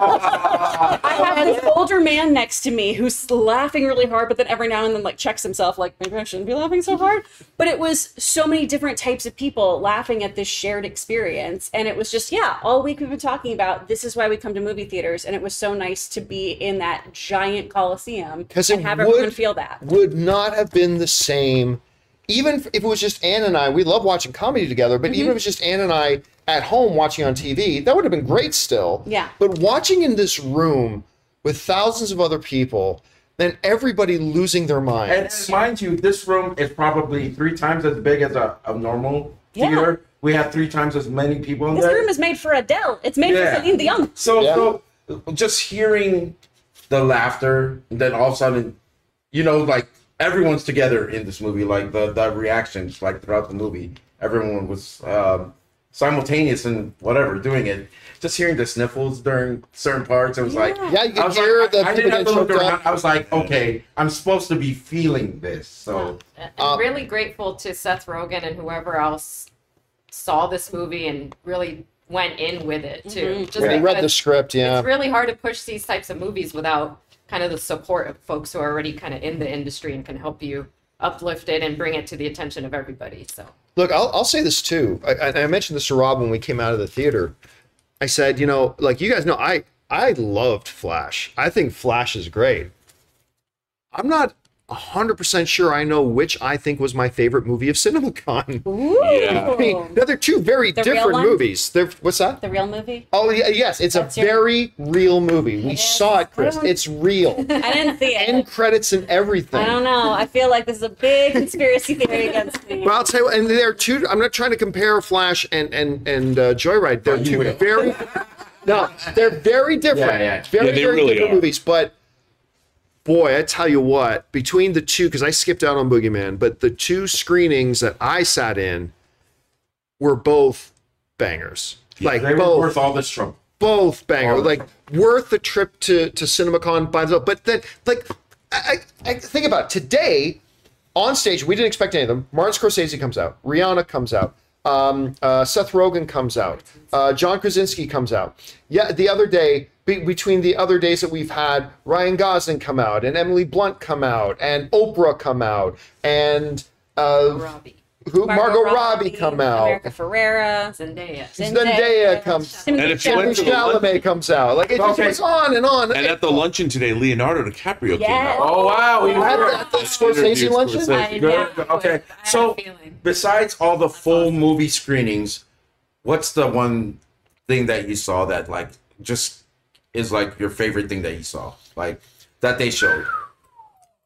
D: i have this older man next to me who's laughing really hard but then every now and then like checks himself like maybe i shouldn't be laughing so hard but it was so many different types of people laughing at this shared experience and it was just yeah all week we've been talking about this is why we come to movie theaters and it was so nice to be in that giant coliseum
A: 'Cause
D: and
A: it
D: have
A: would-
D: everyone feel that
A: would not have been the same. Even if it was just Ann and I, we love watching comedy together, but even if it was just Ann and I at home watching on TV, that would have been great still.
D: Yeah.
A: But watching in this room with thousands of other people, then everybody losing their
B: And
A: minds.
B: mind you, this room is probably three times as big as a, a normal
D: Yeah.
B: theater. We have three times as many people in
D: this
B: there.
D: room is made for adele it's made
B: Yeah.
D: for celine dion
B: so
A: Yeah.
B: so just hearing the laughter, and then all of a sudden, you know, like everyone's together in this movie. Like the the reactions, like throughout the movie, everyone was um, simultaneous and whatever doing it. Just hearing the sniffles during certain parts, it was like
A: Yeah, you
B: I
A: can
B: was
A: hear
B: like,
A: the people
B: I- I, didn't have to
A: getting
B: look
A: choked
B: around.
A: up.
B: I was like, okay, I'm supposed to be feeling this, so
C: And
A: Um,
C: really grateful to Seth Rogen and whoever else saw this movie and really went in with it too. Just
A: When they read the
C: because
A: script, yeah.
C: it's really hard to push these types of movies without kind of the support of folks who are already kind of in the industry and can help you uplift it and bring it to the attention of everybody. So
A: Look, I'll, I'll say this too. I, I I mentioned this to Rob when we came out of the theater. I said, you know, like you guys know, I I loved Flash. I think Flash is great. I'm not 100% sure I know which I think was my favorite movie of CinemaCon. I
E: Yeah.
A: mean, now they're two very
F: real
A: different
F: one?
A: movies. They're, what's that?
F: The real movie?
A: Oh, yeah, yes, it's a
F: That's your-
A: very real movie. We saw it, Chris. It's real.
F: I didn't see it.
A: End credits and everything.
F: I don't know. I feel like this is a big conspiracy theory against me.
A: But I'll tell you, and they're two. I'm not trying to compare Flash and and and uh, Joyride. They're
B: Oh, you
A: two
B: will.
A: very no, they're very different.
B: Yeah, yeah.
A: Very
E: Yeah, they
A: very
E: really
A: different
E: are.
A: movies. But boy, I tell you what, between the two, because I skipped out on Boogeyman, but the two screenings that I sat in were both bangers. like
B: they were
A: both
B: worth all this trouble.
A: both banger,
B: All
A: like worth the trip to to CinemaCon by the. But then, like, I, I I think about it. today on stage. We didn't expect any of them. Martin Scorsese comes out. Rihanna comes out. Um, uh, Seth Rogen comes out. Uh, John Krasinski comes out. Yeah, the other day be, between the other days that we've had Ryan Gosling come out and Emily Blunt come out and Oprah come out and uh,
C: Robbie,
A: who Margot, Robbie, come out.
F: America Ferrera.
C: Zendaya,
A: Zendaya comes.
F: Timothy
E: And if you
F: Chalamet.
E: went to the
A: Chalamet comes out. Like it just
B: Okay.
A: goes on and on.
E: And at the luncheon today, Leonardo DiCaprio
F: Yes.
E: came out.
B: Oh wow, we
A: At
B: were.
A: the- at the Scorsese
E: Interviews
A: luncheon?
E: with Scorsese.
F: I
B: Good.
F: know.
B: Okay.
C: I had
B: So
C: a feeling.
B: besides all the full movie screenings, what's the one thing that you saw that like just is like your favorite thing that you saw? Like that they showed?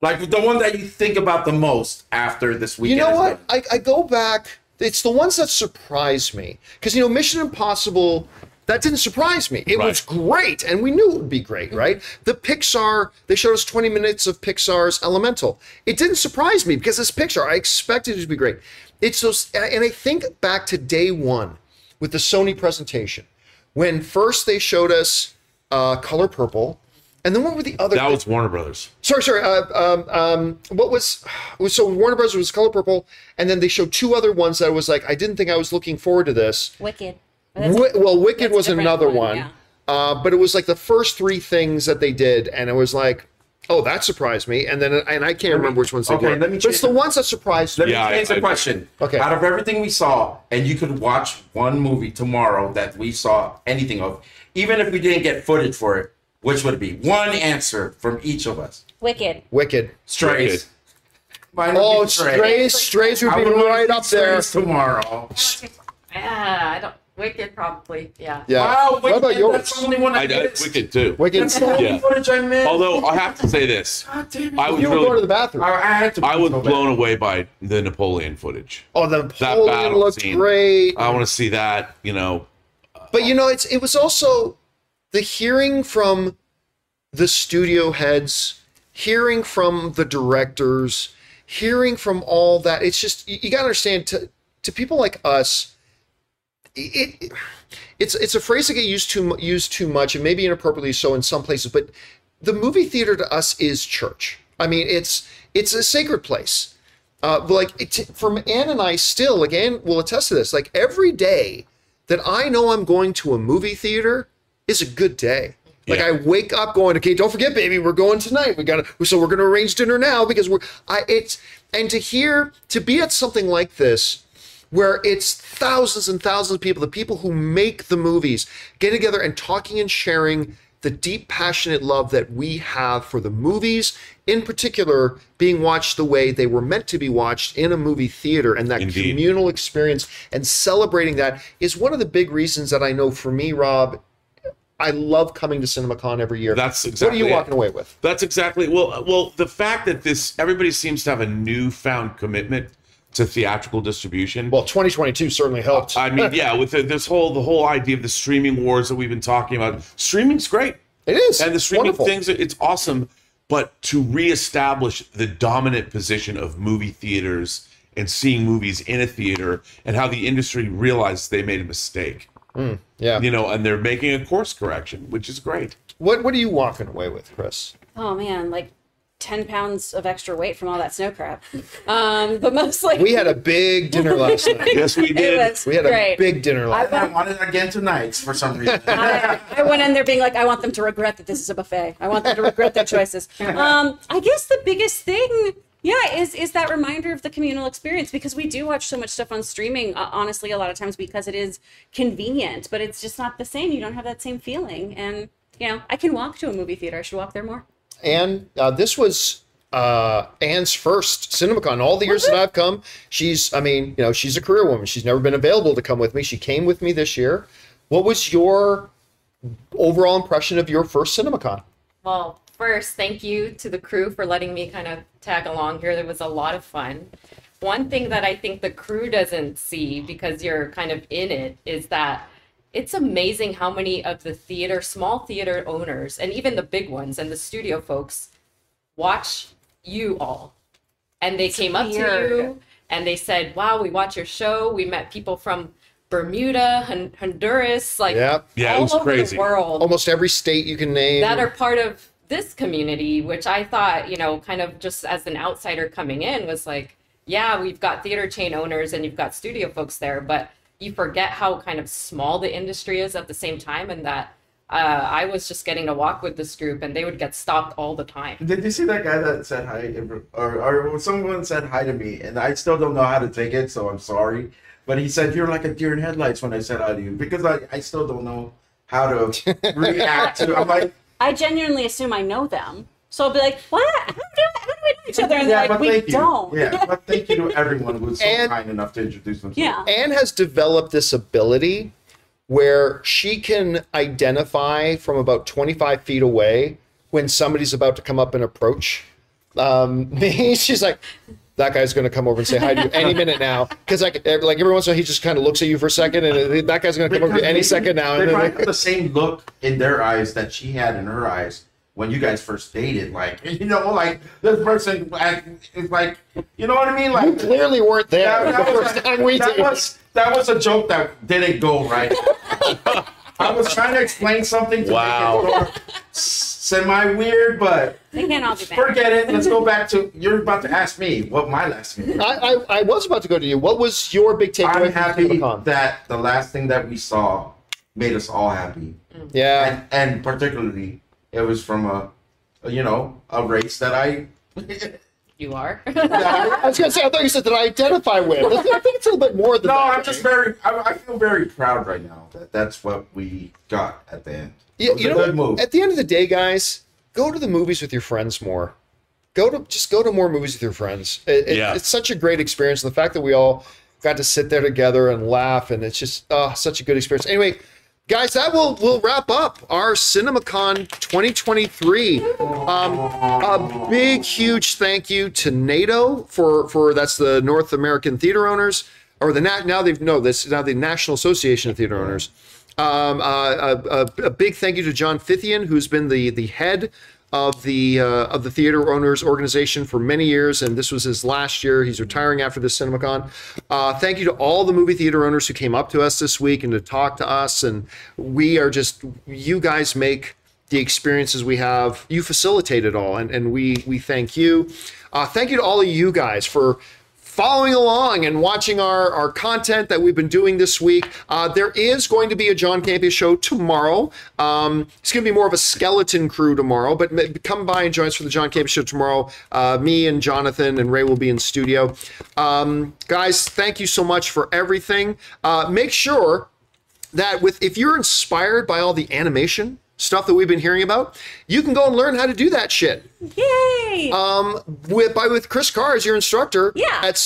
B: Like the one that you think about the most after this
A: You
B: weekend.
A: know
B: is
A: what?
B: done.
A: I, I go back. It's the ones that surprise me because you know Mission Impossible. That didn't surprise me. It
E: Right. Mm-hmm.
A: was great, and we knew it would be great, right? The Pixar. They showed us 20 minutes of Pixar's Elemental. It didn't surprise me because it's Pixar. I expected it to be great. It's those, and I think back to day one with the Sony presentation when first they showed us uh, Color Purple, and then what were the other?
E: That was Warner Brothers.
A: sorry, sorry. Uh, um, um, what was it was so Warner Brothers was Color Purple, and then they showed two other ones that I was like, I didn't think I was looking forward to this.
F: Wicked.
A: Wi- well, Wicked
F: that's a
A: was
F: different
A: another one,
F: one, yeah.
A: uh, but it was like the first three things that they did, and it was like, oh, that surprised me. And then and I can't remember which ones they
B: okay,
A: were.
B: let me
A: but it's
B: change-
A: the ones that surprised
B: Let
A: me.
B: me
E: Yeah, I-
B: change the
E: I-
B: question.
A: Okay.
B: Out of everything we saw, and you could watch one movie tomorrow that we saw anything of, even if we didn't get footage for it, which would it be one answer from each of us.
F: Wicked.
A: Wicked.
B: Strays. Mine would
A: Oh,
B: be Strays.
A: strays, strays would
B: I
A: be
B: would wanna
A: right
B: see
A: up there.
B: Strays tomorrow.
C: Yeah, I don't. Wicked probably. Yeah.
A: Yeah.
B: Wow,
A: what about yours?
B: That's the only one I,
E: I, I,
B: missed.
E: Wicked too.
A: Wicked.
B: That's the only
E: Yeah.
B: footage I missed.
E: Although I have to say this,
B: God damn it.
E: I was
A: You were
E: really-
A: going to the bathroom.
B: I, I had to.
E: I was
B: go back.
E: blown away by the Napoleon footage.
A: oh, the
E: That
A: Napoleon
E: battle
A: looked
E: scene.
B: Uh,
A: great.
E: I want to see that. You know,
A: But you know, it's it was also the hearing from the studio heads, hearing from the directors, hearing from all that. It's just you, you gotta understand to to people like us, it, it it's it's a phrase that get used too mu- used too much and maybe inappropriately so in some places. But the movie theater to us is church. I mean, it's it's a sacred place. Uh, but like it, from Ann and I still, like Ann will attest to this. Like every day that I know I'm going to a movie theater is a good day. Like
E: Yeah.
A: I wake up going, okay, don't forget, baby, we're going tonight. We gotta, so we're gonna arrange dinner now because we're. I it's and to hear to be at something like this where it's thousands and thousands of people, the people who make the movies, getting together and talking and sharing the deep, passionate love that we have for the movies, in particular, being watched the way they were meant to be watched in a movie theater and that
E: Indeed.
A: communal experience and celebrating that is one of the big reasons that I know for me, Rob, I love coming to CinemaCon every year.
E: that's
A: what are
E: exactly.
A: you
E: it.
A: walking away with?
E: That's exactly. Well, uh, well, the fact that this everybody seems to have a newfound commitment to theatrical distribution.
A: Well, 2022 certainly helped.
E: I mean, yeah, with the, this whole the whole idea of the streaming wars that we've been talking about, streaming's great,
A: it is.
E: and the streaming
A: Wonderful.
E: things it's awesome. But to reestablish the dominant position of movie theaters and seeing movies in a theater and how the industry realized they made a mistake.
A: Yeah.
E: You know, and they're making a course correction, which is great.
A: What What are you walking away with, Chris?
F: Oh man, like ten pounds of extra weight from all that snow crab. Um, but mostly
A: We had a big dinner last night.
E: Yes, we
F: it
E: did.
F: was
A: We had
F: great.
A: a big dinner last
B: And I want it again tonight for some reason.
F: I, I went in there being like, I want them to regret that this is a buffet. I want them to regret their choices. Um, I guess the biggest thing, yeah, is is that reminder of the communal experience because we do watch so much stuff on streaming. Uh, honestly, a lot of times because it is convenient, but it's just not the same. You don't have that same feeling, and you know, I can walk to a movie theater. I should walk there more.
A: and uh, this was uh, Anne's first CinemaCon. All the years that I've come, she's, I mean, you know, she's a career woman. She's never been available to come with me. She came with me this year. What was your overall impression of your first CinemaCon?
C: Well, first, thank you to the crew for letting me kind of tag along here. There was a lot of fun. One thing that I think the crew doesn't see because you're kind of in it is that it's amazing how many of the theater, small theater owners, and even the big ones and the studio folks watch you all. And they came up
F: weird.
C: to you and they said, Wow, we watch your show. We met people from Bermuda, Hon- Honduras, like
A: Yep.
E: Yeah, it
C: all
E: was
C: over
E: crazy.
C: the world
A: Almost every state you can name.
C: that are part of this community, which I thought, you know, kind of just as an outsider coming in was like, yeah, we've got theater chain owners and you've got studio folks there, but you forget how kind of small the industry is at the same time, and that uh, I was just getting to walk with this group, and they would get stopped all the time.
B: Did you see that guy that said hi, or, or someone said hi to me, and I still don't know how to take it, so I'm sorry. But he said you're like a deer in headlights when I said hi to you because I, I still don't know how to react to. I'm like,
F: I genuinely assume I know them, so I'll be like, what? How do, how do we know each other? And
B: yeah,
F: they're like,
B: but
F: we
B: thank you.
F: don't.
B: Yeah, but thank you to everyone who was so
A: And-
B: kind enough to introduce themselves.
F: Yeah.
A: Anne has developed this ability where she can identify from about 25 feet away when somebody's about to come up and approach um, me. She's like, that guy's going to come over and say hi to you any minute now. Because like, ev- like every once in a while, he just kind of looks at you for a second, and that guy's going to come over to you any second now.
B: They
A: And
B: probably
A: then
B: have the same look in their eyes that she had in her eyes when you guys first dated. Like, you know, like this person like, is like, you know what I mean? Like,
A: you clearly weren't there
B: that, that
A: the
B: was,
A: first time we
B: that
A: did.
B: was that was a joke that didn't go right. I was trying to explain something to
E: Wow.
B: make it sort of semi weird, but
F: They can't all be bad.
B: forget it. Let's go back to you're about to ask me what my last name. is.
A: I, I, I was about to go to you. What was your big
B: I'm
A: takeaway
B: happy
A: from CinemaCon?
B: that the last thing that we saw made us all happy.
A: yeah.
B: and, and particularly it was from a you know a race that i
C: You are.
A: I was going to say, I thought you said that I identify with. I think it's a little bit more than
B: no
A: that.
B: i'm just very I, I feel very proud right now that that's what we got at the end
A: You,
B: It was
A: you
B: a
A: know,
B: good move
A: at the end of the day, guys, go to the movies with your friends more. Go to just go to more movies with your friends. It, it-
E: Yeah.
A: It's such a great experience. The fact that we all got to sit there together and laugh, and it's just oh, such a good experience. Anyway, guys, that will will wrap up our CinemaCon 2023. Um, a big, huge thank you to NATO for for that's the North American Theater Owners or the Na- now they've no this now the National Association of Theater Owners. Um, uh, a, a, a big thank you to John Fithian, who's been the the head of the uh, of the Theater Owners Organization for many years, and this was his last year. He's retiring after this CinemaCon. Uh, thank you to all the movie theater owners who came up to us this week and to talk to us. And we are just you guys make the experiences we have. You facilitate it all, and, and we we thank you. Uh, thank you to all of you guys for following along and watching our, our content that we've been doing this week. Uh, there is going to be a John Campia show tomorrow. Um, it's going to be more of a skeleton crew tomorrow, but ma- come by and join us for the John Campia show tomorrow. Uh, me and Jonathan and Ray will be in studio. Um, guys, thank you so much for everything. Uh, make sure that with if you're inspired by all the animation stuff that we've been hearing about, you can go and learn how to do that shit
F: Yay!
B: Uh,
A: with by with Chris Carr as your instructor
F: Yeah.
A: at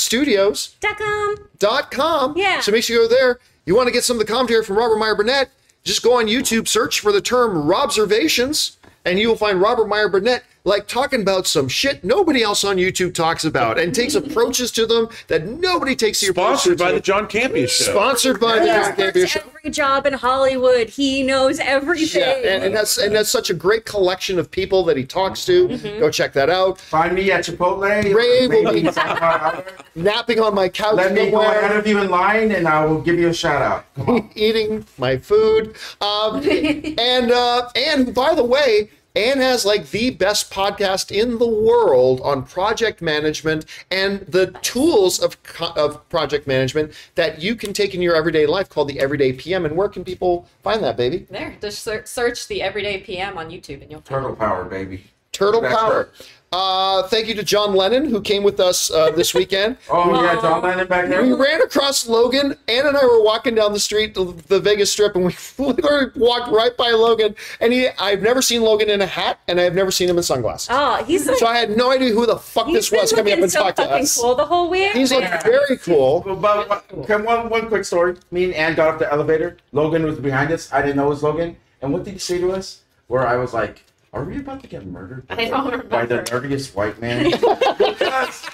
A: speakfriendstudios.com.
F: Dot com. Yeah.
A: So make sure you go there. You want to get some of the commentary from Robert Meyer Burnett, just go on YouTube, search for the term Robservations, and you will find Robert Meyer Burnett like talking about some shit nobody else on YouTube talks about and takes approaches to them that nobody takes the approach
E: Sponsored by
A: to.
E: the John Campion Show.
A: Sponsored by the
D: He
A: John Campion
D: works
A: Show.
D: every job in Hollywood. He knows everything.
A: Yeah, and, and that's and that's such a great collection of people that he talks to. Go check that out.
B: Find me at Chipotle.
A: Ray will
B: Maybe
A: be-
B: some other-
A: Napping on my couch,
B: Let me go
A: somewhere,
B: ahead of you in line, and I will give you a shout out. Come on.
A: eating my food. Um, and uh, and by the way, Anne has like the best podcast in the world on project management and the tools of co- of project management that you can take in your everyday life called the Everyday PM. And where can people find that, baby?
C: There, just ser- search the Everyday PM on YouTube and you'll find
B: Turtle power, baby.
A: Turtle
B: That's
A: Power.
B: right.
A: Uh, thank you to John Lennon who came with us uh, this weekend.
B: Oh yeah, John Lennon back
A: we
B: there.
A: ran across Logan. Ann and I were walking down the street, the, the Vegas Strip, and we literally walked right by Logan. And he, I've never seen Logan in a hat, and I've never seen him in sunglasses.
D: Oh, he's
A: so I had no idea who the fuck this was coming up and
D: so
A: talked to
D: fucking
A: us.
D: cool the whole week.
A: He's
D: man.
A: looked very cool.
B: Well, But, but can one one quick story. Me and Ann got off the elevator. Logan was behind us. I didn't know it was Logan. And what did he say to us? Where I was like, "Are we about to get murdered?" By,
C: I don't
B: the- by the
C: remember.
B: nerdiest white man. because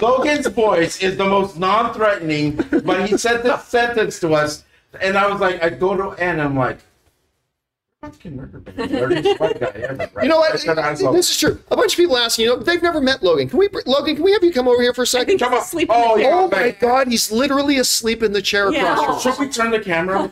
B: Logan's voice is the most non-threatening. But he said this sentence to us, and I was like, I go to Ann. I'm like. "We're about to get murdered by the nerdiest white guy ever, right?"
A: You know
B: I
A: what?
B: said to myself,
A: This is true. A bunch of people asking, you know, they've never met Logan. Can we, br- Logan? Can we have you come over here for a second?
B: Come on.
D: Sleep in
B: Oh,
D: the
B: yeah.
A: Oh
B: babe.
A: my God, he's literally asleep in the chair
D: Yeah.
A: across. from us.
B: Should we turn the camera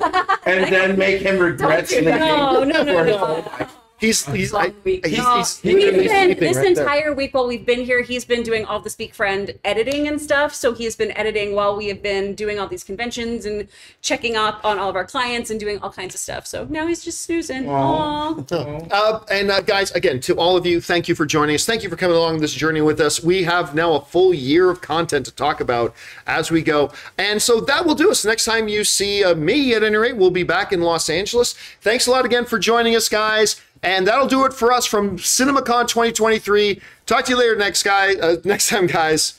B: and then make him regret
C: Don't do
B: sneaking?
C: that.
D: No, Oh, no, no, no. Oh
A: He's he's I,
C: Long
A: he's,
C: week.
D: No,
A: he's
D: he's
A: literally
D: been-
A: sleeping
D: this
A: right there.
D: entire week while we've been here, he's been doing all the Speak Friend editing and stuff. So he has been editing while we have been doing all these conventions and checking up on all of our clients and doing all kinds of stuff. So now he's just snoozing.
B: Aw.
D: Aww.
A: Uh, and uh, guys, again, to all of you, thank you for joining us. Thank you for coming along this journey with us. We have now a full year of content to talk about as we go. And so that will do us. Next time you see uh, me, at any rate, we'll be back in Los Angeles. Thanks a lot again for joining us, guys. And that'll do it for us from CinemaCon 2023. Talk to you later next guy. Uh, next time, guys.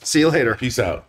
A: See you later.
E: Peace out.